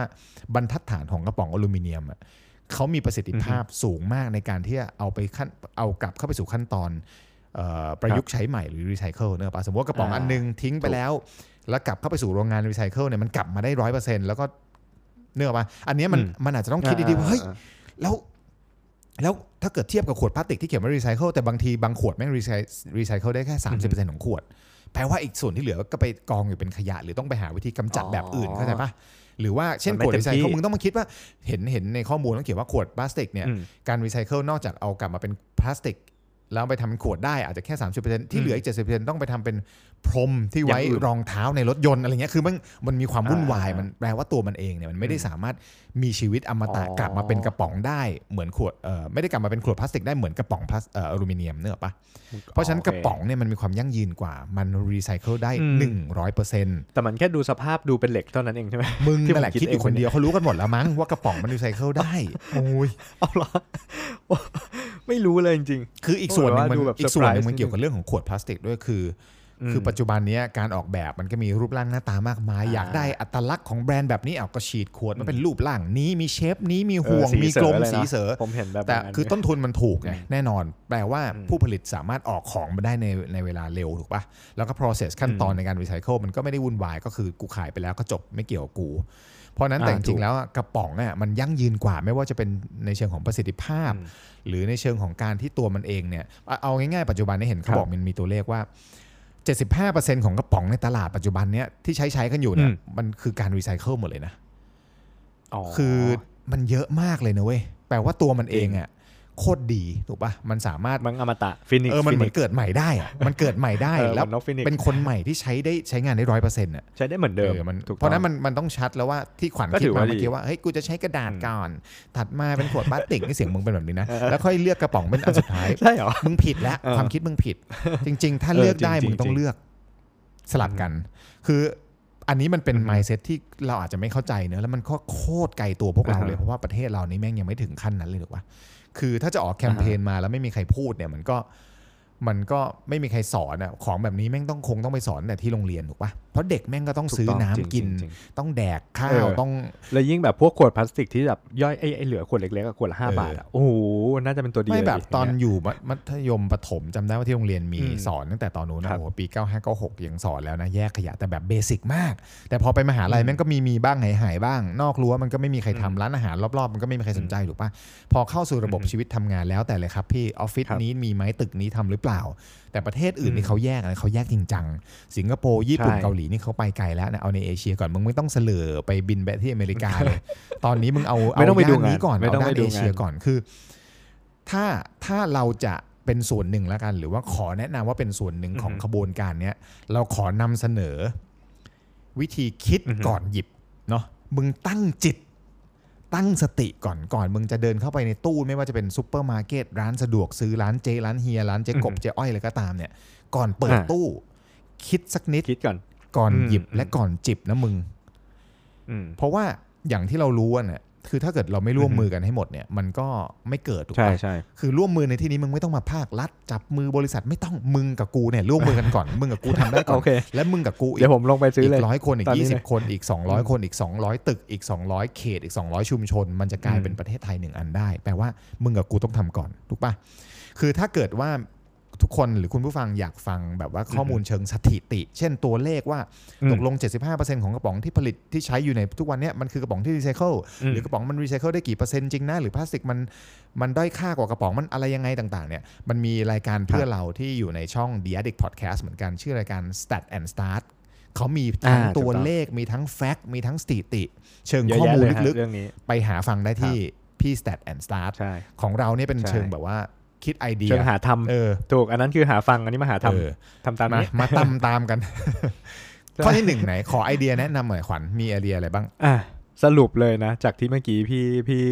E: บรรทัดฐานของกระป๋องอลูมิเนียมอะเขามีประสิทธิภาพสูงมากในการที่จะเอาไปขั้นเอากลับเข้าไปสู่ขั้นตอนเอ่อประยุกต์ใช้ใหม่หรือรีไซเคิลเนอะปะสมมติว่ากระป๋อง
D: อ่า
E: อันหนึงทิ้งไปแล้ว แล้วกลับเข้าไปสู่โรงงานรีไซเคิลเนี่ยมันกลับมาได้ร้อยเปอร์เซ็นต์แล้วก็เนื้ออกปะอันเนี้ยมัน
D: อืม
E: มันอาจจะต้องคิดดีๆว่าเฮ้ย
D: อ่า
E: แล้ว แล้วถ้าเกิดเทียบกับขวดพลาสติกที่เขียนว่ารีไซเคิลแต่บางทีบางขวดแม่งรีไซรีไซเคิลได้แค่สามสิบเปอร์เซ็นต์ของขวด แปลว่าอีกส่วนที่เหลือก็ไปกองอยู่เป็นขยะ หรือต้องไปหาวิธีกำจัดแบบอื่น
D: อ๋อ
E: เข้าใจปะหรือว่าเช่น
D: มันไม่
E: ขวด
D: เต็ม
E: รีไซเคิล
D: ที่
E: มึงต้องมาคิดว่าเห็นเห็นในข้อมูลต้องเขียนว่าขวดพลาสติกเนี่ย
D: อืม
E: การรีไซเคิลนอกจากเอากลับมาเป็นพลาสติก แล้วไปทำเป็นขวดได้อาจจะแค่ 30%ที่เหลืออีก 70%ต้องไปทำเป็นพรมที่
D: อ
E: ไว้
D: ย่างอื่น
E: รองเท้าในรถยนต์อะไรเงี้ยคือมันมันมีความวุ่นวาย
D: อ่ามั
E: มันแปลว่าตัวมันเองเนี่ยมันไม่ได้
D: อืม
E: สามารถมีชีวิตอมตะ
D: อ๋อ
E: กลับมาเป็นกระป๋องได้เหมือนขวดเอ่อไม่ได้กลับมาเป็นขวดพลาสติกได้เหมือนกระป๋องพลาสเอ่ออลูมิเนียมเนกอะปะเพราะฉะนั้น
D: โค
E: กระป๋องเนี่ยมันมีความยั่งยืนกว่ามันรีไซเคิลได้
D: อืม
E: หนึ่งร้อยเปอร์เซ็นต์
D: แต่มันแค่ดูสภาพดูเป็นเหล็กเท่านั้นเองใช่ไหม
E: มึง
D: ที่ผม
E: นั่นแหละ
D: คิด
E: คิดอยู่
D: เอง
E: คนเดียวเขารู้กันหมดแล้วมั้งว่ากระป๋องมันรีไซเคิลได้ โอ้ย
D: เอาเหรอโอ้ไม่รู้เลยจริง
E: คืออีกส่วนหนึ่งมัน
D: โอ้ยว่าดูแบบ
E: อีกส่วนหนึ่ง
D: surprise
E: มันเกี่ยวกับเรื่องของขวดพลาสติกด้วยคือ
D: อืม
E: คือปัจจุบันเนี้ยการออกแบบมันก็มีรูปร่างหน้าตามากมาย
D: อ่า
E: อยากได้อัตลักษณ์ของแบรนด์แบบนี้เอาก็ฉีดขวดมันเป็นรูปร่างนี้มีเชฟนี้มี
D: ๆ
E: ห่วง
D: เออ
E: มีกลม
D: เอะไนะ
E: สีเสอ
D: ผมเห็นแบบ
E: แต่
D: นั้น
E: คือ
D: เนี่ย
E: ต้นทุนมันถูกไง
D: อืม
E: แน่นอน แปลว่า
D: อืม
E: ผู้ผลิตสามารถออกของมาได้ในในเวลาเร็วถูกปะแล้วก็ process ขั้นตอน
D: อืม
E: ในการรีไซเคิลมันก็ไม่ได้วุ่นวายก็คือกูขายไปแล้วก็จบไม่เกี่ยวกับกู เพราะฉะนั้น
D: อ่า
E: แต่จ
D: ถู
E: ริง
D: ก
E: ๆแล้วอะกระป๋องอ่ะมันยั่งยืนกว่าไม่ว่าจะเป็นในเชิงของประสิทธิภาพ
D: อืม
E: หรือในเชิงของการที่ตัวมันเองเนี่ยเอาเอาง่ายๆปัจจุบันได้เห็นเขา
D: ครับ
E: บอกมันมีตัวเลขว่า 75%ของกระป๋องในตลาดปัจจุบันเนี้ยที่ใช้ใช้กันอยู่เนี่ย
D: อืม
E: มันคือการรีไซเคิลหมดเลยนะ
D: อ๋อ
E: คือมันเยอะมากเลยนะเว้ย แปลว่าตัวมันเองอ่ะโคตรดีถูกปะมันสามารถ
D: มันอมตะฟินิก
E: เออมันเหมือนเกิดใหม่ได้ อะมันเกิดใหม่ได้
D: แล้
E: แล้ว ว
D: นกฟินิก
E: เป็นคนใหม่ที่ใช้ได้ใช้งานได้ร้อยเปอร์เซ็นต์อ่ะ
D: ใช้ได้เหมือนเดิม
E: ออมัน
D: ถูก
E: เพราะ
D: ต้
E: นั้
D: อง
E: นมันมันต้องชัดแล้วว่าที่ขวัญ
D: ก็
E: คิ
D: ถื
E: ด
D: อ
E: มา
D: ว่า
E: เมื่อ
D: ดี
E: กี้ว่าเฮ้ยกูจะใช้กระดาษ
D: อืม
E: ก่อน ถัดมาเป็นขวดพลาสติกนี่เสียงมึงเป็นแบบนี้นะแล้วค่อยเลือกกระป๋องเป็นอันสุดท้าย
D: ใช่เหรอ
E: มึงผิดแล้ว
D: เออ
E: ความคิดมึงผิด จริง ๆ ถ้า
D: เออ
E: เลือกได้
D: จริงๆ
E: มึงต้อ
D: จริ
E: ง
D: ง
E: เลือกสลับกัน คืออันนี้มันเป็น mindset ที่เราอาจจะไม่เข้าใจเนอะแล้วมันก็โคตรไกลตัวพวกเรา
D: อ่าฮะ
E: เลย เพราะว่าประเทศเรานี่แม่งยังไม่ถึงขั้นนั้นเลยหรอกวะคือถ้าจะออกแคมเปญมาแล้วไม่มีใครพูดเนี่ย มันก็มันก็ไม่มีใครสอนอะของแบบนี้แม่งต้องคงต้องไปสอนแต่ที่โรงเรียนถูกปะเพราะเด็กแม่งก็ต้อง
D: ถูก
E: ซื้อ
D: ต้อง
E: น้ำ
D: จริงๆ
E: กิน
D: จริง
E: ต้องแดกข้า
D: เอ
E: ว
D: อ
E: ต้อง
D: แล้วยิ่งแบบพวกขวดพลาสติกที่แบบย่อยไอ้ไอ้เหลือขวดเล็กๆกับขวดละห้า
E: เออ
D: บาทอะโอ้โหน่าจะเป็นตัวดี
E: ไม่
D: เลย
E: แบบตอน
D: ย่างเงี้ย
E: อยู่มัธมัธยมประถมจำได้ว่าที่โรงเรียนมี
D: อืม
E: สอนตั้งแต่ตอนนู้นนะครับ โอ้โหปี 95 96 ยังสอนแล้วนะแยกขยะแต่แบบเบสิกมาก แต่พอไปมหาลัย
D: อืม
E: แม่งก็มีมีบ้างหายหายบ้าง นอกรั้วมันก็ไม่มีใครทำ
D: อืม
E: ร้านอาหารรอบๆ มันก็ไม่มีใครสนใจถูกปะพอเข้าสู่ระบบ
D: อืม
E: ชีวิตทำงานแล้วแต่เลยครับพี่ออฟฟิศ
D: ครับ
E: นี้มีไหมตึกนี้ทำหรือเปล่า แต่ประเทศอื่น
D: อืม
E: นี่เขาแยกนะเขาแยกจริงจังสิงคโปร์ญี่ปุ่น
D: ใช่
E: เกาหลีนี่เขาไปไกลแล้วนะเอาในเอเชียก่อนมึงไม่ต้องเสลอไปบินไปที่อเมริกา เลยตอนนี้มึงเอาเอา
D: ไม่ต้องไปดู
E: ด้าน
D: งาน
E: นี้ก่อน
D: ไม่
E: เอา
D: ต้อง
E: ด้า
D: ไป
E: น
D: ดู
E: เอเชีย
D: งาน
E: ก่อนคือ ถ้าถ้าเราจะเป็นส่วนหนึ่งแล้วกัน หรือว่าขอแนะนำว่าเป็นส่วนหนึ่งของ
D: อือฮึ
E: ขบวนการเนี้ยเราขอนำเสนอ วิธีคิด
D: อือฮึ
E: ก่อนหยิบเนาะมึงตั้งจิต ตั้งสติก่อนก่อน มึงจะเดินเข้าไปในตู้ไม่ว่าจะเป็นซูเปอร์มาร์เก็ตร้านสะดวกซื้อร้านเจร้านเฮียร้านเจกบเจอ้อยอะไรก็ตามเนี่ย ก่อนเปิด
D: อ่า
E: ตู้ คิดสักนิด
D: คิดก่อน
E: ก่อน
D: อืม
E: หยิบ
D: อืม
E: และก่อนจิบนะมึง
D: อืม
E: เพราะว่าอย่างที่เรารู้อะเนี่ยคือถ้าเกิดเราไม่ร่วม
D: อือฮึ
E: มือกันให้หมดเนี่ย มันก็ไม่เกิดถูก
D: ใช่
E: ปะ
D: ใช่
E: คือร่วมมือในที่นี้มึงไม่ต้องมาภาครัดจับมือบริษัทไม่ต้องมึงกับกูเนี่ยร่วมมือกันก่อน มึงกับกูทำได้ก่อน
D: โอเค
E: และมึงกับกูอี
D: เดี๋ย
E: ก
D: วผมลงไปซื้อ
E: อี
D: เลย
E: กร้อยคนอีก
D: ตอนนี้
E: ยี่สิ
D: เล
E: บ
D: ย
E: คนอีกสองร้อยคนอีกสองร้อยตึกอีกสองร้อยเขตอีกสองร้อยชุมชน มันจะกลาย
D: อืม
E: เป็นประเทศไทยหนึ่งอันได้ แปลว่ามึงกับกูต้องทำก่อนถูกปะคือถ้าเกิดว่าทุกคนหรือคุณผู้ฟังอยากฟังแบบว่าข้อมูลเชิงสถิติ เช่นตัวเลขว่า
D: อืม
E: ตกลง 75%ของกระป๋องที่ผลิตที่ใช้อยู่ในทุกวันเนี้ยมันคือกระป๋องที่รีไซเคิล
D: อืม
E: หรือกระป๋องมันรีไซเคิลได้กี่เปอร์เซ็นต์จริงนะ หรือพลาสติกมันมันด้อยค่ากว่ากระป๋องมันอะไรยังไงต่างๆเนี่ยมันมีรายการเพื่อเราที่อยู่ในช่อง The Addict Podcast เหมือนกัน ชื่อรายการ Stat and Start เขามีทั้ง
D: อ่าถูกต้อง
E: ตัวเลขมีทั้งแฟกต์มีทั้งสถิติ เชิง
D: เยอะ
E: ข้อ
D: แยะ
E: มูล
D: เลยฮะ
E: ลึก
D: เรื่องนี้
E: ๆ ไปหาฟังได้ที่พี่ Stat and Start
D: ใช่
E: ของเราเนี่ยเป็น
D: ใช่
E: เชิงแบบว่าคิดไอเดีย
D: เชิงหาท
E: เออ
D: ำถูกอันนั้นคือหาฟังอันนี้มาหาท
E: เออ
D: ำทำตาม
E: มา
D: นี้
E: มาตามตาม กัน ข้อที่หนึ่งไหน ขอไอเดียแนะนำหน่อยขวัญมีไอเดียอะไรบ้าง
D: อ่ะสรุปเลยนะ จากที่เมื่อกี้พี่พี่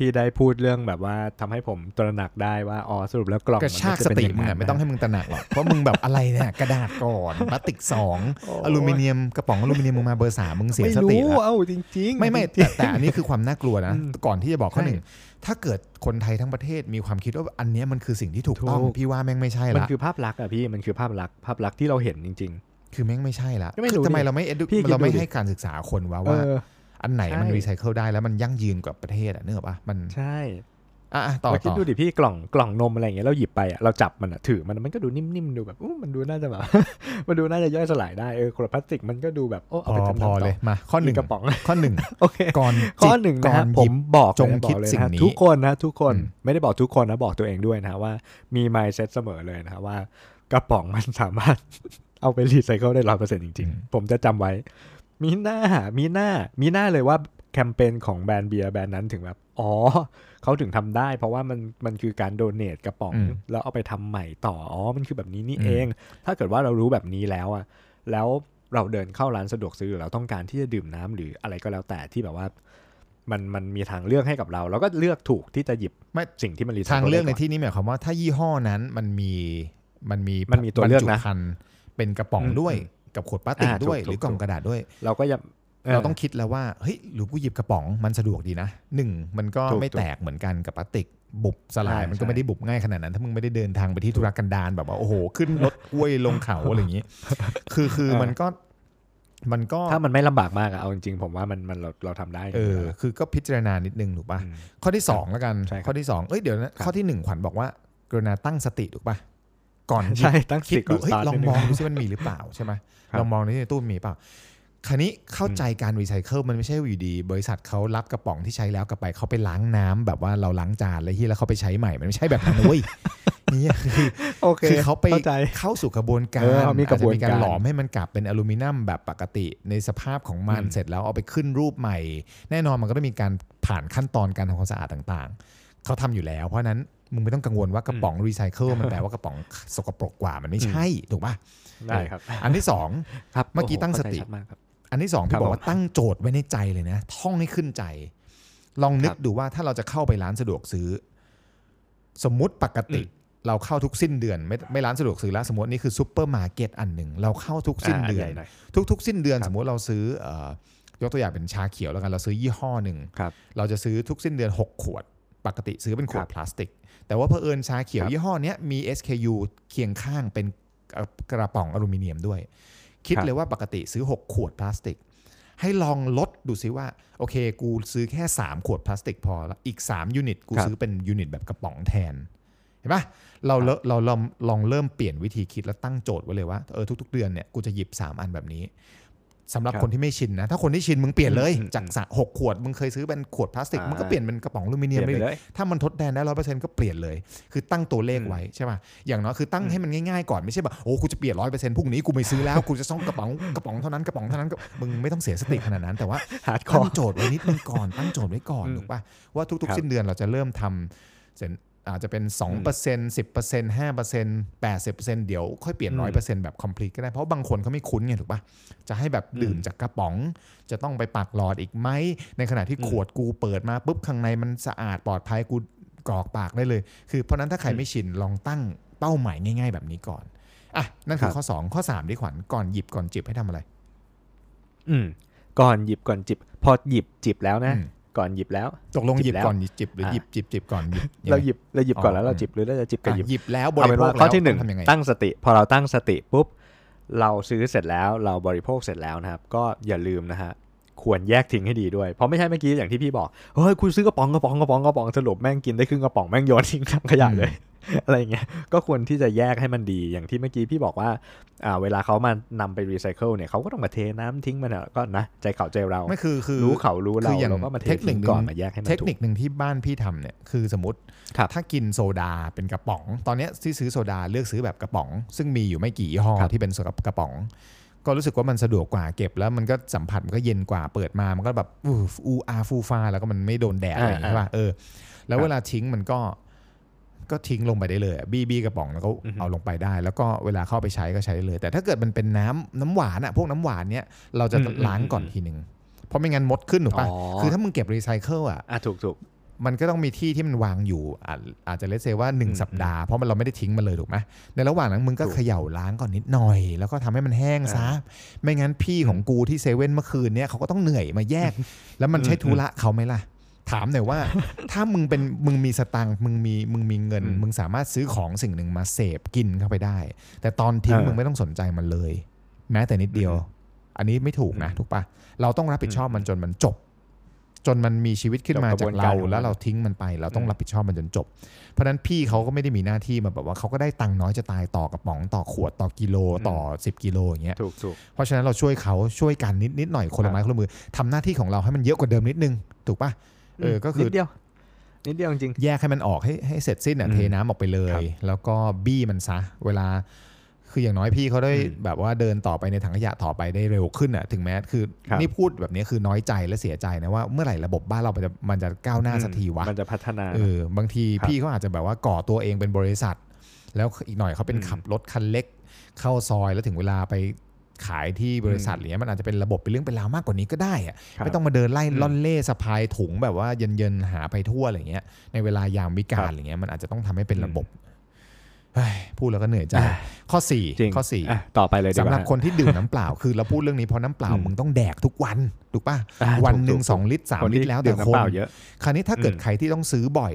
D: พี่ได้พูดเรื่องแบบว่าทำให้ผมตระหนักได้ว่าอ๋อสรุปแล้วกล่อง
E: ก
D: มั
E: ระ
D: น
E: ชาก
D: จะ
E: ส
D: เป็น
E: ติ
D: ย่า
E: มึง
D: นั้
E: อะ
D: น
E: ไม่ต้อง
D: นะ
E: ให้มึงตระหนักหรอก เพราะมึงแบบอะไรเนี่ย กระดาษก่อนพลาสติกสอง
D: โอ้ย
E: อลูมิเนียมกระป๋องอลูมิเนียมมึงมาเบอร์สามมึงเสีย
D: ไม่
E: สติ
D: รู้
E: แล้ว
D: เอ้าจริงๆ
E: ไม่ ไม่แต่แต่อันนี้คือความน่ากลัวนะ
D: อืม
E: ก่อนที่จะบอกข้อ
D: ใช่
E: หนึ่งถ้าเกิดคนไทยทั้งประเทศมีความคิดว่าอันเนี้ยมันคือสิ่งที่ถูกต้อง
D: ถูก
E: พี่ว่าแม่งไม่ใช่
D: มัน
E: ละ
D: คือภาพลักษณ์อะพี่มันคือภาพลักษณ์ภาพลักษณ์ที่เราเห็นจริง
E: คือแม่งไม่ใช่ละ
D: ก็ไม่รู้
E: ทำไม
D: ดิ
E: เราไม่ edu
D: พี่คิด
E: เราไม่
D: ดูดิ
E: ให้การศึกษาคนว่า
D: ๆเอ
E: ว่า
D: อ
E: อันไหนมัน
D: ใช่
E: รีไซเคิลได้แล้วมันยั่งยืนกว่าประเทศอะเนกอะปะมัน
D: ใช่
E: อ่ะอ่ะต่อ
D: เราคิด
E: ต่อ
D: ดูดิพี่กล่องกล่องนมอะไรอย่างเงี้ยเราหยิบไปอะเราจับมันอะถือมันมันก็ดูนิ่มๆดูแบบอู้มันดูน่าจะแบบ มันดูน่าจะย่อยสลายได้เออขวดพลาสติกมันก็ดูแบบโอ้
E: พ
D: เอา
E: อ
D: ไปทำ
E: พอเลยมาข้อหนึ่ง
D: กกระป๋อง
E: ข้อหนึ่ง
D: โอเค
E: ก่อนจิบ
D: ข้อหนึ่ง
E: ก่
D: นะ
E: อ
D: ฮะ
E: นห
D: ผ
E: ยิ
D: ม
E: บ
D: บอกเลย
E: จง
D: นะ
E: คิด
D: บอกเลย
E: สิ่ง
D: นะฮะ
E: นี้
D: ทุกคนนะทุกคน
E: อืม
D: ไม่ได้บอกทุกคนนะบอกตัวเองด้วยนะว่ามี mindset เสมอเลยนะว่ากระป๋องมันสามารถ เอาไปรีไซเคิลได้ร้อยเปอร์เซ็นต์จริงๆ ผมจะจำไว้ มีหน้ามีหน้ามีหน้าเลยว่าแคมเปญของแบรนด์เบียร์แบรนด์นั้นถึงแบบ อ๋อ เขาถึงทำได้ เพราะว่ามันมันคือการโดเนทกระป๋อง
E: อืม
D: แล้วเอาไปทำใหม่ต่ออ๋อมันคือแบบนี้นี่
E: อืม
D: เอง ถ้าเกิดว่าเรารู้แบบนี้แล้วอะแล้วเราเดินเข้าร้านสะดวกซื้อหรือเราต้องการที่จะดื่มน้ำหรืออะไรก็แล้วแต่ที่แบบว่า มันมันมีทางเลือกให้กับเรา แล้วก็เลือกถูกที่จะหยิบ
E: ไม่
D: สิ่งที่มันรีไซ
E: ทาง
D: คิล
E: เลือกใน
D: ได้ก่
E: ที่นี้หมายความว่าถ้ายี่ห้อนั้นมันมีมันมี
D: มันมีตัวเลือกนะ
E: บรรจุภัณฑ์เป็นกระป๋อง
D: อืม
E: ด้วย กับขวดพลาสติก
D: อ่าถูก
E: ด้วย
D: ถูก
E: หรือกล่อง
D: ถูก
E: กระดาษด้วย
D: เราก็ยัง
E: เราต้องคิดแล้วว่าเฮ้ยหรือกูหยิบกระป๋องมันสะดวกดีนะหนึ่งมันก็
D: ถูก
E: ไม่แตกเหมือนกันกับพลาสติกบุบสลาย
D: ใช่
E: มันก็
D: ใช่
E: ไม่ได้บุบง่ายขนาดนั้น ถ้ามึงไม่ได้เดินทางไปที่ธุรกันดารแบบว่าโอ้โหขึ้นรถกล้วยลงเขาอะไรอย่าง นี้ คือคือมันก็มันก็
D: ถ้ามันไม่ลำบากมากอะเอาจริงๆผมว่ามันมันเราเราทำได้ยู่
E: เออ
D: แล้ว
E: คือก็พิจารณานิดนึงถูกปะ ข้อที่สองแล้วกัน
D: ใช่ครับ
E: ข้อที่สองเอ้ยเดี๋ยวนะ
D: ครับ
E: ข้อที่หนึ่งขวัญบอกว่ากรุณาตั้งสติถูกปะก่อนหยิบ
D: ใช่ตั้งส
E: คิด
D: ติก่
E: ดู
D: อนส
E: เฮ้ย
D: ตาร์ท
E: ลอง
D: นิดนึ
E: มองดูซิมันมีหรือเปล่าใช่ไหม
D: ครับ
E: ลองมองดูที่ในตู้มีเปล่าคราวนี้เข้าใจการรีไซเคิลมันไม่ใช่อยู่ดี บริษัทเขารับกระป๋องที่ใช้แล้วกลับไปเขาไปล้างน้ำแบบว่าเราล้างจานแล้วที่แล้วเขาไปใช้ใหม่มันไม่ใช่แบบนั้นนะเว้ย นี่คือ
D: โอเค
E: คือเขาไป
D: เข้าใจ
E: เข้าสู่กระบวนกา
D: เอ
E: ร
D: อมีกระบวน
E: อจจมีการ
D: การ
E: หลอมให้มันกลับเป็นอลูมิเนียมแบบปกติในสภาพของมัน
D: อืม
E: เสร็จแล้วเอาไปขึ้นรูปใหม่ แน่นอนมันก็ต้องมีการผ่านขั้นตอนการทำความสะอาดต่างๆ เขาทำอยู่แล้ว เพราะฉะนั้นมึงไม่ต้องกังวลว่ากระป๋องรีไซเคิลมันแปลว่ากระป๋องสกปรกกว่ามันไม่ใช่ถูกป่ะ
D: ได้ครับ
E: อันที่สอง
D: ครับ
E: เมื่อกี้ตั้งสติ
D: โโหเข้าใจชัดมากครับ
E: อันที่สอง
D: ครับ
E: พี่บอกว่าตั้งโจทย์ไว้ในใจเลยนะ ท่องให้ขึ้นใจ ลองนึ
D: ค
E: ก
D: รับ
E: ดูว่าถ้าเราจะเข้าไปร้านสะดวกซื้อ สมมุติปกติ เราเข้าทุกสิ้นเดือน ไม่ไม่ร้านสะดวกซื้อแล้วสมมตินี่คือซูเปอร์มาร์เก็ตอันหนึ่งเราเข้าทุกสิ้นเดื
D: า
E: อน
D: ใหญ่หย
E: ทุกๆ สิ้นเดือน
D: ครับ
E: สมมติเราซื้อเอ่อยกตัวอย่างเป็นชาเขียวแล้วกันเราซื้อยี่ห้อหนึ่ง
D: ครับ
E: เราจะซื้อทุกสิ้นเดือน 6 ขวด ปกติซื้อเป็นขว
D: ค
E: ด
D: รับ
E: พลาสติก แต่ว่าเผอิญชาเขียว
D: ครับ
E: ยี่ห้อเนี้ยมี SKU เคียงข้างเป็นกระกระป๋องอลูมิเนียมด้วย คิดเลยว่าปกติซื้อ 6 ขวดพลาสติก ให้ลองลดดูซิว่า โอเค กูซื้อแค่ 3 ขวดพลาสติกพอละอีก 3 ยูนิต กู
D: ครับ
E: ซื้อเป็นยูนิตแบบกระป๋องแทน เห็นปะเราเลอะเราลองลองเริ่มเปลี่ยนวิธีคิดแล้วตั้งโจทย์ไว้เลยว่าเออทุก ๆ เดือนเนี่ยกูจะหยิบ 3 อันแบบนี้สำหรับ
D: ครับ
E: คนที่ไม่ชินนะ ถ้าคนที่ชินมึงเปลี่ยนเลย
D: อืม
E: จากสะหกขวดมึงเคยซื้อเป็นขวดพลาสติก
D: อ่ามึ
E: มึงก็เปลี่ยนเป็นกระป๋องอลูมิ
D: เป
E: เนี
D: ลี่ย
E: ยม
D: น
E: ไป
D: ไป
E: เล
D: เล
E: ย
D: ย
E: ถ้ามันทดแทนได้ร้อยเปอร์เซ็นต์ก็เปลี่ยนเลย คือตั้งตัวเลขไว้ใช่ป่ะ อย่างน้อยคือตั้งให้มันง่ายๆก่อนไม่ใช่แบบโอ้กูจะเปลี่ยนร้อยเปอร์เซ็นต์พรุ่งนี้กูไม่ซื้อแล้ว กูจะต้องกระป๋องกระป๋องเท่านั้นกระป๋องเท่านั้นก็มึงไม่ต้องเสียสติขนาดนั้น แต่ว่า
D: ฮาร์ดคอ
E: ตั้ง
D: ร์
E: โจทย์ไว้นิดนึงก่อน ตั้งโจทย์ไว้ก่อน
D: อืม
E: ถูกป่ะ ว่าทุก
D: ครับ
E: ๆ สิ้นเดือนเราจะเริ่มทำเซ็นอาจจะเป็น 2% 10% 5% 80%เดี๋ยวค่อยเปลี่ยน
D: อืม
E: 100%แบบ complete ก็ได้ เพราะบางคนเขาไม่คุ้นไงถูกป่ะ จะให้แบบดื่มจากกระป๋อง จะต้องไปปากหลอดอีกไหม ในขณะที่
D: อืม
E: ขวดกูเปิดมาปุ๊บข้างในมันสะอาดปลอดภัยกูกรอกปากได้เลย คือเพราะฉะนั้นถ้าใคร
D: อืม
E: ไม่ชินลองตั้งเป้าหมายง่าย ๆ แบบนี้ก่อนอ่ะนั่นคื
D: ครั
E: อบ ข้อสองข้อสามดีขวัญก่อนหยิบก่อนจิบให้ทำอะไร
D: อืมก่อนหยิบก่อนจิบ พอหยิบจิบแล้วนะ
E: อืม
D: ก่อนหยิบแล้ว
E: ตกลงห
D: จิ
E: ยิ
D: บบ แล้ว
E: ก่อนหยิบจิบหรืออา หยิบจิบจิบก่อนหยิบยังไง
D: เราหยิบเราหยิบก่อนแล้ว
E: อ๋อ
D: เราจิบหรือเราจะจิบกับหยิบ
E: อ่ะหยิบแล้วบ
D: เอา
E: ริ
D: เป็น
E: โภ
D: ว่า
E: คแล้ว
D: ข้อที่หนึ่ง
E: ต้ทำยังไง
D: ตั้งสติ พอเราตั้งสติปุ๊บเราซื้อเสร็จแล้วเราบริโภคเสร็จแล้วนะครับ ก็อย่าลืมนะฮะควรแยกทิ้งให้ดีด้วยเพราะไม่ใช่เมื่อกี้อย่างที่พี่บอกเฮ้ยคุณซื้อกระป๋องกระป๋องกระป๋องกระป๋องสรุปแม่งกินได้ครึ่งกระป๋องแม่งโยนทิ้งถังขยะเลย อะไรอย่างเงี้ยก็ควรที่จะแยกให้มันดีอย่างที่เมื่อกี้พี่บอกว่าอ่าเวลาเขามานำไปรีไซเคิลเนี่ยเขาก็ต้องมาเทน้ำทิ้งมันอะก็นะใจเขาใจเรา
E: ไม่คือคือ
D: รู้เขารู้เรา
E: คืออย่าง
D: เราก็มาเท
E: เทคนิ
D: ทิ้ง
E: คหนึ่ง
D: ก่อนมาแยกให้มัน
E: เทค
D: ถู
E: นิ
D: ก
E: คหนึ่งที่บ้านพี่ทำเนี่ยคือสมมติ
D: ครับ
E: ถ้ากินโซดาเป็นกระป๋อง ตอนเนี้ยที่ซื้อโซดาเลือกซื้อแบบกระป๋อง ซึ่งมีอยู่ไม่กี่ยี่ห้อที่เป็นกระป๋อง ก็รู้สึกว่ามันสะดวกกว่าเก็บแล้วมันก็สัมผัสมันก็เย็นกว่าเปิดมามันก็แบบอู้อูอาฟูฟาแล้วก็มันไม่โดนแดดอะไรอย่างเงี้ย
D: อ่า
E: ใช่ป่ะเออ แล้
D: คว รับ
E: เวลาทิ้งมันก็ก็ทิ้งลงไปได้เลยอะบี้บี้กระป๋องแล้วก็
D: อือฮึ
E: เอาลงไปได้ แล้วก็เวลาเข้าไปใช้ก็ใช้ได้เลย แต่ถ้าเกิดมันเป็นน้ำน้ำหวานอะพวกน้ำหวานเนี้ยเราจะล้างก่อนทีหนึ่งเพราะไม่งั้นมดขึ้นถูกป่ะ
D: อ๋อ
E: คือถ้ามึงเก็บรีไซเคิลอะ
D: อ่ะถูกถูก
E: มันก็ต้องมีที่ที่มันวางอยู่อาจอาจจะเลเซว่า
D: อืม
E: 1 สัปดาห์เพราะมันเราไม่ได้ทิ้งมันเลยถูกไหมในระหว่างนั้นมึงก็
D: ถูก
E: เขย่าล้างก่อนนิดหน่อย แล้วก็ทำให้มันแห้งซะไม่งั้นพี่ของกูที่เซเว่นเมื่อคืนเนี้ยเขาก็ต้องเหนื่อยมาแยก แล้วมันใช่
D: อืม
E: ธุระเขาไหมล่ะ ถามหน่อยว่า ถ้ามึงเป็นมึงมีสตังค์มึงมีมึงมีเงิน
D: อืม
E: มึงสามารถซื้อของสิ่งหนึ่งมาเสพกินเข้าไปได้ แต่ตอนทิ้ง
D: เออ
E: มึงไม่ต้องสนใจมันเลย แม้แต่นิดเดียว อันนี้ไม่ถูกนะ
D: อืม
E: ถูกปะเราต้องรับผิดชอบมันจนมันจบ จนมันมีชีวิตขึ้นมา
D: จ
E: จา
D: บกระ
E: ก
D: บวนการ
E: เรา
D: ของมัน
E: แล้วเราทิ้งมันไป เราต้อ
D: อื
E: ง
D: ม
E: รับผิดชอบมันจนจบ เพราะฉะนั้นพี่เขาก็ไม่ได้มีหน้าที่มาแบบว่าเขาก็ได้ตังค์น้อยจะตายต่อกระป๋องต่อขวดต่อกิโลต่อสิบกิโลอย่างเงี้ย
D: ถูกถูก
E: เพราะฉะนั้นเราช่วยเขาช่วยกันนิดนิดหน่อยคนละไม้คนละมือทำหน้าที่ของเราให้มันเยอะกว่าเดิมนิดนึง ถูกปะเออก็คือ
D: นิดเดียวนิดเดียวจริง
E: แยกให้มันออกให้ให้เสร็จสิ้นอ่ะ
D: อืม
E: เทน้ำออกไปเล
D: ครั
E: ย
D: บ
E: แล้วก็บี้มันซะ เวลา คืออย่างน้อยพี่เขาได้
D: อืม
E: แบบว่าเดินต่อไปในถังขยะต่อไปได้เร็วขึ้นอ่ะถึงแม้คือ
D: ครับ
E: นี่พูดแบบนี้คือน้อยใจและเสียใจนะว่าเมื่อไหร่ระบบบ้านเรามันจะมันจะก้าวหน้าสักทีวะ
D: มันจะพัฒนา
E: เออบางที
D: ครับ
E: พี่เขาอาจจะแบบว่าก่อตัวเองเป็นบริษัท แล้วอีกหน่อยเขาเป็น
D: อืม
E: ขับรถคันเล็ก เข้าซอยแล้วถึงเวลาไปขายที่บริษัท
D: อืม
E: หรือเงี้ยมันอาจจะเป็นระบบเป็นเรื่องเป็นราวมากกว่านี้ก็ได้อะ
D: ครับ
E: ไม่ต้องมาเดินไล่
D: อืม
E: ล่อนเล่สะพายถุงแบบว่าเยินๆหาไปทั่วอะไรเงี้ยในเวลายามวิกา
D: ครั
E: ล
D: บ
E: อะไรเงี้ยมันอาจจะต้องทำให้เป็น
D: อืม
E: ระบบเฮ้ยพูดแล้วก็เหนื่อยใจ
D: อ่า
E: ข้อสี่
D: จริง
E: ข้อสี่
D: ะต่อไปเลยดีก
E: สำ
D: ว่า
E: หรับคนที่ดื่มน้ำเปล่า คือเราพูดเรื่องนี้เพราะน้ำเปล่า
D: อืม
E: มึงต้องแดกทุกวันถูกป่ะ
D: อ่า
E: วันหนึ่
D: ถู
E: ง
D: กๆ
E: สองลิตรสาม
D: คน
E: ลิ
D: ที่
E: ตรแล้วแต่
D: ดื่ม
E: ค
D: น้ำเป
E: น
D: ล่าเยอะ
E: คราวนี้ถ้าเกิด
D: อืม
E: ใครที่ต้องซื้อบ่อย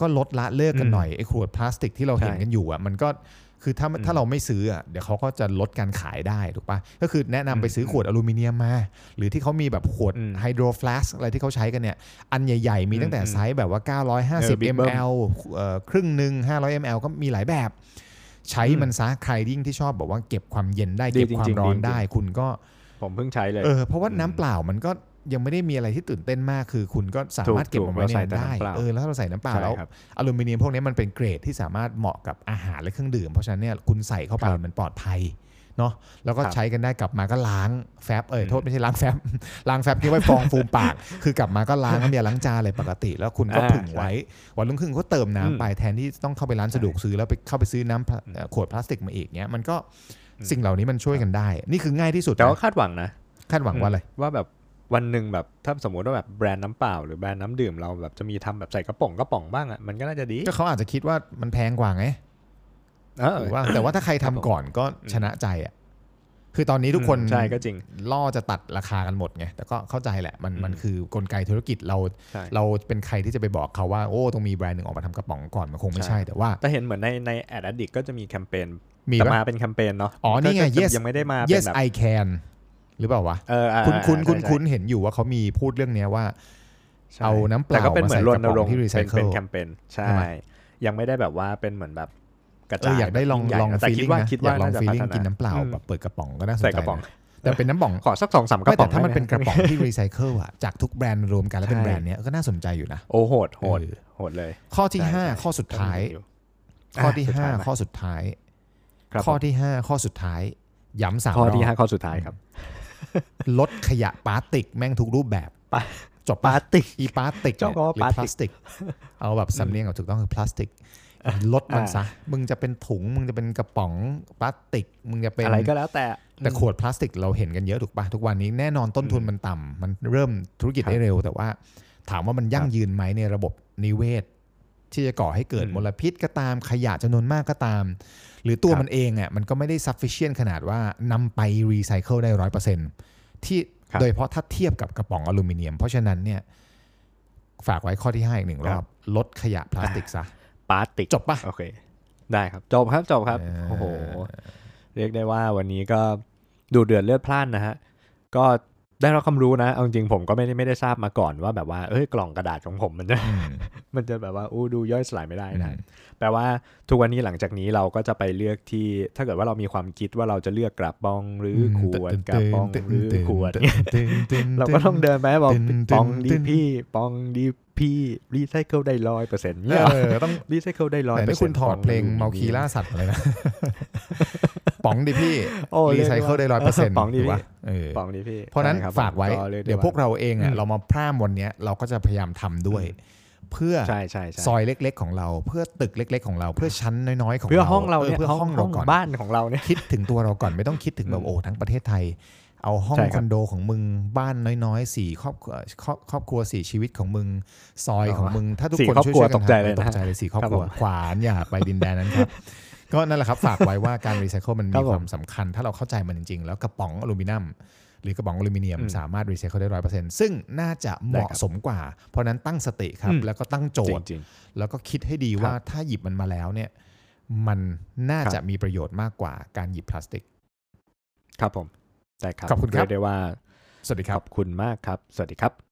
E: ก็ลดละเลิกกันหน่อยไอ้ขวดพลาสติกที่เราเห็น
D: ใช่
E: กันอยู่อ่ะมันก็คือถ้า
D: อืม
E: ถ้าเราไม่ซื้ออ่ะเดี๋ยวเขาก็จะลดการขายได้ถูกปะก็คือแนะนำไป
D: อืม
E: ซื้อขวดอลูมิเนียมมา หรือที่เขามีแบบขวด
D: อืม
E: ไฮโดรฟล s สอะไรที่เขาใช้กันเนี่ย อันใหญ่ๆ มีตั้งแต่
D: อืม
E: ไซส์แบบว่า
D: เออบิ๊
E: 950
D: กเบิ้ม
E: ml เอ่อครึ่งหนึ่ง500 ml ก็มีหลายแบบ ใช้มันซะใครยิ่งที่ชอบบอกว่าเก็บความเย็นได้
D: ดี
E: เก็บ
D: จริงๆ
E: ความร้อ
D: ดีจริ
E: น
D: งๆ
E: ได้คุณก็
D: ผมเพิ่งใช้เลย
E: เออเพราะว่า
D: อืม
E: น้ำเปล่ามันก็ ยังไม่ได้มีอะไรที่ตื่นเต้นมากคือคุณก็สามารถ
D: ถูก
E: เก็บเอาไว้
D: ถูกเรา
E: ใน
D: ใส่
E: นั้
D: แต่
E: นได้
D: น้ำเปล่า
E: เออแล้วเราใส่น้ำเปล่า
D: ใช่
E: แล้ว
D: ครับ
E: อลูมิเนียมพวกนี้มันเป็นเกรดที่สามารถเหมาะกับอาหารและเครื่องดื่ม เพราะฉะนั้นเนี่ยคุณใส่เข้าไป
D: ครับ
E: มันปลอดภัยเนาะแล้วก็
D: ครับ
E: ใช้กันได้กลับมาก็ล้างแฟบเอ้ย
D: อืม
E: โทษไม่ใช่ล้างแฟบ ล้างแฟบที่ไว้ฟองฟูมปาก คือกลับมาก็ล้างน้ำยาล้างจานอะไรปกติ แล้วคุณก็
D: อ่า
E: ผึ่งไว้ วันรุ่งขึ้นก็เติมน้ำไปแทนที่ต้องเข้าไปร้านสะดวกซื้อแล้วไปเข้าไปซื้อน้ำพลาเอ่อขวดพลาสติกมาอีกเนี้ยมันก็
D: อืม
E: สิ่งเหล่านี้มันช่วยกันได้ นี่คือง่ายที่สุด
D: แต่ว่า
E: นะ
D: คาดหวังนะ
E: คาดหวังว่าอะไร
D: ว่าแบบวันหนึ่งแบบถ้าสมมติว่าแบบแบรนด์น้ำเปล่าหรือแบรนด์น้ำดื่มเราแบบจะมีทำแบบใส่กระป๋องกระป๋องบ้างอะ่ะมันก็น่าจะดี
E: ก็เขาอาจจะคิดว่ามันแพงกว่าไง
D: เออ
E: หรือว่าแต่ว่าถ้าใคร
D: ครับผ
E: ทำ
D: ม
E: ก่อนก็ชนะใจอ่ะคือตอนนี้ทุกคน
D: อืมใช่ก็จริง
E: ล่อจะตัดราคากันหมดไงแต่ก็เข้าใจแหละมัน
D: อืม
E: มันคือกลไกธุรกิจเรา
D: ใช่
E: เราเป็นใครที่จะไปบอกเขาว่าโอ้ต้องมีแบรนด์หนึ่งออกมาทำกระป๋องก่อนมันคงไม่
D: ใช่
E: ใช่แต่ว่า
D: แต่เห็นเหมือนในในแอดดิกก็จะมีแคมเปญ
E: มี
D: แต่
E: ปะ
D: มาเป็นแคมเปญเนาะ
E: อ๋อนี่ไง
D: ก็จะ
E: Yes
D: ยังไม่ได้มาเป็น
E: yes
D: แบบ
E: I can หรือเปล่าวะ
D: เอออ่า
E: คุณคุณคุณ
D: ใช่
E: คุณเห็นอยู่ว่าเขามีพูดเรื่องเนี้ยว่า
D: ใช่
E: เอาน้ำเป
D: แต่
E: ล่า
D: ก็เป็น
E: มา
D: เหมือ
E: ใส่
D: นรณ
E: กระป๋
D: ร
E: อง
D: งค์
E: ที่รีไซ
D: เป็น
E: เคิ
D: เป็
E: ล
D: นแคมเปญใช่
E: ใช่ไหม
D: ยังไม่ได้แบบว่าเป็นเหมือนแบบกระ
E: เอ
D: จา
E: อย อยากได้ลอง
D: ใหญ่
E: ลอง
D: แต่
E: ฟีล
D: คิด
E: ลิ่ง
D: ว่า
E: นะ
D: คิดว่ากจะ
E: อยาลองฟีล
D: พั
E: ลิ่ง
D: ฒ
E: กินน้ำเปล่าแบบเปิดกระป๋องก็น่าสนใจ
D: ใส่กระป๋อง
E: นะแต่เป็นน้ำป๋อง
D: ขอสักสองสามกระ
E: ไม่
D: ป๋
E: แต่
D: อง
E: ถ้ามัน
D: ได้ะ
E: เป็นกระป๋องที่ รีไซเคิลอะจากทุกแบรนด์รวมกันแล้วเป็น
D: ใช่
E: แบรนด์เนี้ยก็น่าสนใจอยู่นะ
D: โอ้โหดโหด
E: เออ
D: โหดเลย
E: ข้อที่
D: ใช่ใช่
E: 5 ข้อสุดท้าย
D: อยู่ อ่ะ
E: ข้อที่
D: สุดท้ายมา
E: 5 ข้อสุดท้าย
D: ครับ
E: ข้อที่ 5 ข้อสุดท้าย ย้ำสาม
D: ข้อ
E: ร
D: ที่
E: อ
D: ห้า
E: บ
D: ข้อสุดท้ายครับ
E: ลดขยะพลาสติกแม่งทุกรูปแบบ
D: ปะ
E: จบ
D: ปา
E: ปะ
D: ร์ติก
E: อีพลาสติก
D: เจ้าก็
E: เนี่ยหรือ
D: พลาสติก
E: พลาสติก เอาแบบสำเนียงแบบถูกต้องคือพลาสติกลดมัน
D: อ่า
E: ซะมึงจะเป็นถุงมึงจะเป็นกระป๋องพลาสติก มึงจะเป็น
D: อะไรก็แล้วแต่
E: แต่ขวดพลาสติกเราเห็นกันเยอะถูกปะทุกวันนี้แน่นอนต้นทุนมันต่ำมันเริ่มธุรกิจ
D: ครับ
E: ได้เร็ว แต่ว่าถามว่ามันยั่งยืนไหมในระบบนิเวศ ที่จะก่อให้เกิด
D: อืม
E: มลพิษก็ตามขยะจำนวนมากก็ตาม หรือตัว
D: ครับ
E: มันเองอ่ะมันก็ไม่ได้ sufficient ขนาดว่านำไปรีไซเคิลได้ร้อยเปอร์เซ็นที่
D: ครับ
E: โดยเฉพาะถ้าเทียบกับกระป๋องอลูมิเนียม เพราะฉะนั้นเนี่ยฝากไว้ข้อที่ห้าอีกหนึ่งร
D: ครั
E: อบบ ลดขยะพลาสติกซะ
D: ปาร์ติก
E: จบปะ
D: โอเค ได้ครับ จบครับ จบครับ
E: เออ
D: โอ้โห เรียกได้ว่าวันนี้ก็ดูเดือดเลือดพล่านนะฮะ ก็ได้รับความรู้นะเอาจริงๆผมก็ไม่ได้ไม่ได้ทราบมาก่อนว่าแบบว่า เอ้ย กล่องกระดาษของผมมันจะ
E: อืม
D: มันจะแบบว่าอู้ดูย่อยสลายไม่ได้นะ
E: อืม
D: แปลว่าทุกวันนี้หลังจากนี้เราก็จะไปเลือกที่ ถ้าเกิดว่าเรามีความคิดว่าเราจะเลือกกระป๋องหรือขวดกระป๋องหรือขวด
E: ตึงตึง
D: เราก็ต้องเดินไปบอก
E: ตึ้น
D: ปอง
E: ตึ้
D: ดี
E: น
D: พี่ปองดีพี่รีไซเคิลได้ร้อยเปอร์เซ็นต์
E: เอ
D: เนี่ยเหรอ
E: อต้อง
D: รีไซเคิลได้ร้อย
E: แต่
D: เปอ
E: นี่
D: ร์เซ็นต์
E: คุณถอดเพลงเมาคีล่าสัตว์มาเลยนะ ป๋องดิพี่
D: โอ้
E: รี
D: รี
E: ไซเคิลได้ร้อยเปอร์เซ็นต์
D: ปองดีพี่
E: เออ
D: ปองดีพี่
E: เพราะฉะนั้น
D: ใช่คบ
E: ฝากไว้
D: ผมรี
E: เดี๋ยวพวกเราเองอ่ะเรามาพร่ามวันเนี้ยเราก็จะพยายามทำด้วย เพื่อ
D: ใช่ใช่ใช่
E: ซอยเล็ก ๆ ของเรา เพื่อตึกเล็ก ๆ ของเรา เพื่อชั้นน้อยๆของเรา
D: เพื่อห้องเรา
E: ออ
D: เนี่ย
E: เพื่อห้องเราก่อน
D: บ้านของเราเนี่ย
E: คิดถึงตัวเราก่อนไม่ต้องคิดถึงแบ
D: อื
E: บ
D: ม
E: โอ้ทั้งประเทศไทย เอาห้อง
D: ใช่
E: ค
D: ครับ
E: อนโดของมึงบ้านน้อยๆสี่ครอบครัวครอบครอบครัวสี่ชีวิตของมึง ซอยของมึง ถ้าทุก
D: สี่
E: คน
D: ครอบครั
E: ช่วย
D: ว
E: ๆ
D: ต
E: กัน
D: กใจเลยนะ
E: ทำตกใจเลยสี่ครอบ
D: ครับ
E: ครัว
D: ผม
E: ขวานอย่าไปดินแดนนั้น ครับ ก็นั่นแหละครับ ฝากไว้ว่าการรีไซเคิลมัน
D: ครั
E: มี
D: บผม
E: ความสำคัญ ถ้าเราเข้าใจมันจริง ๆ แล้วกระป๋องอลูมิเนียมหรือกระป๋องอลูมิเนียม
D: อืม
E: สามารถรีไซเคิลได้ร้อยเปอร์เซ็นต์ซึ่งน่าจะเห
D: ได้
E: มาะ
D: ครับ
E: สมกว่า เพราะนั้นตั้งสติครับ
D: อืม
E: แล้วก็ตั้งโจ
D: จ
E: ทย์
D: ริง
E: แล้วก็คิดให้ดี
D: ครับ
E: ว่าถ้าหยิบมันมาแล้วเนี่ย มันน่า
D: ครับ
E: จะมีประโยชน์มากกว่าการหยิบพลาสติก
D: ๆ ครับผมได้ครับ
E: ขอบคุณครับ
D: เยกได้ว่า
E: สวัสดีค
D: ข
E: รับ
D: อบคุณมากครับ สวัสดีครับ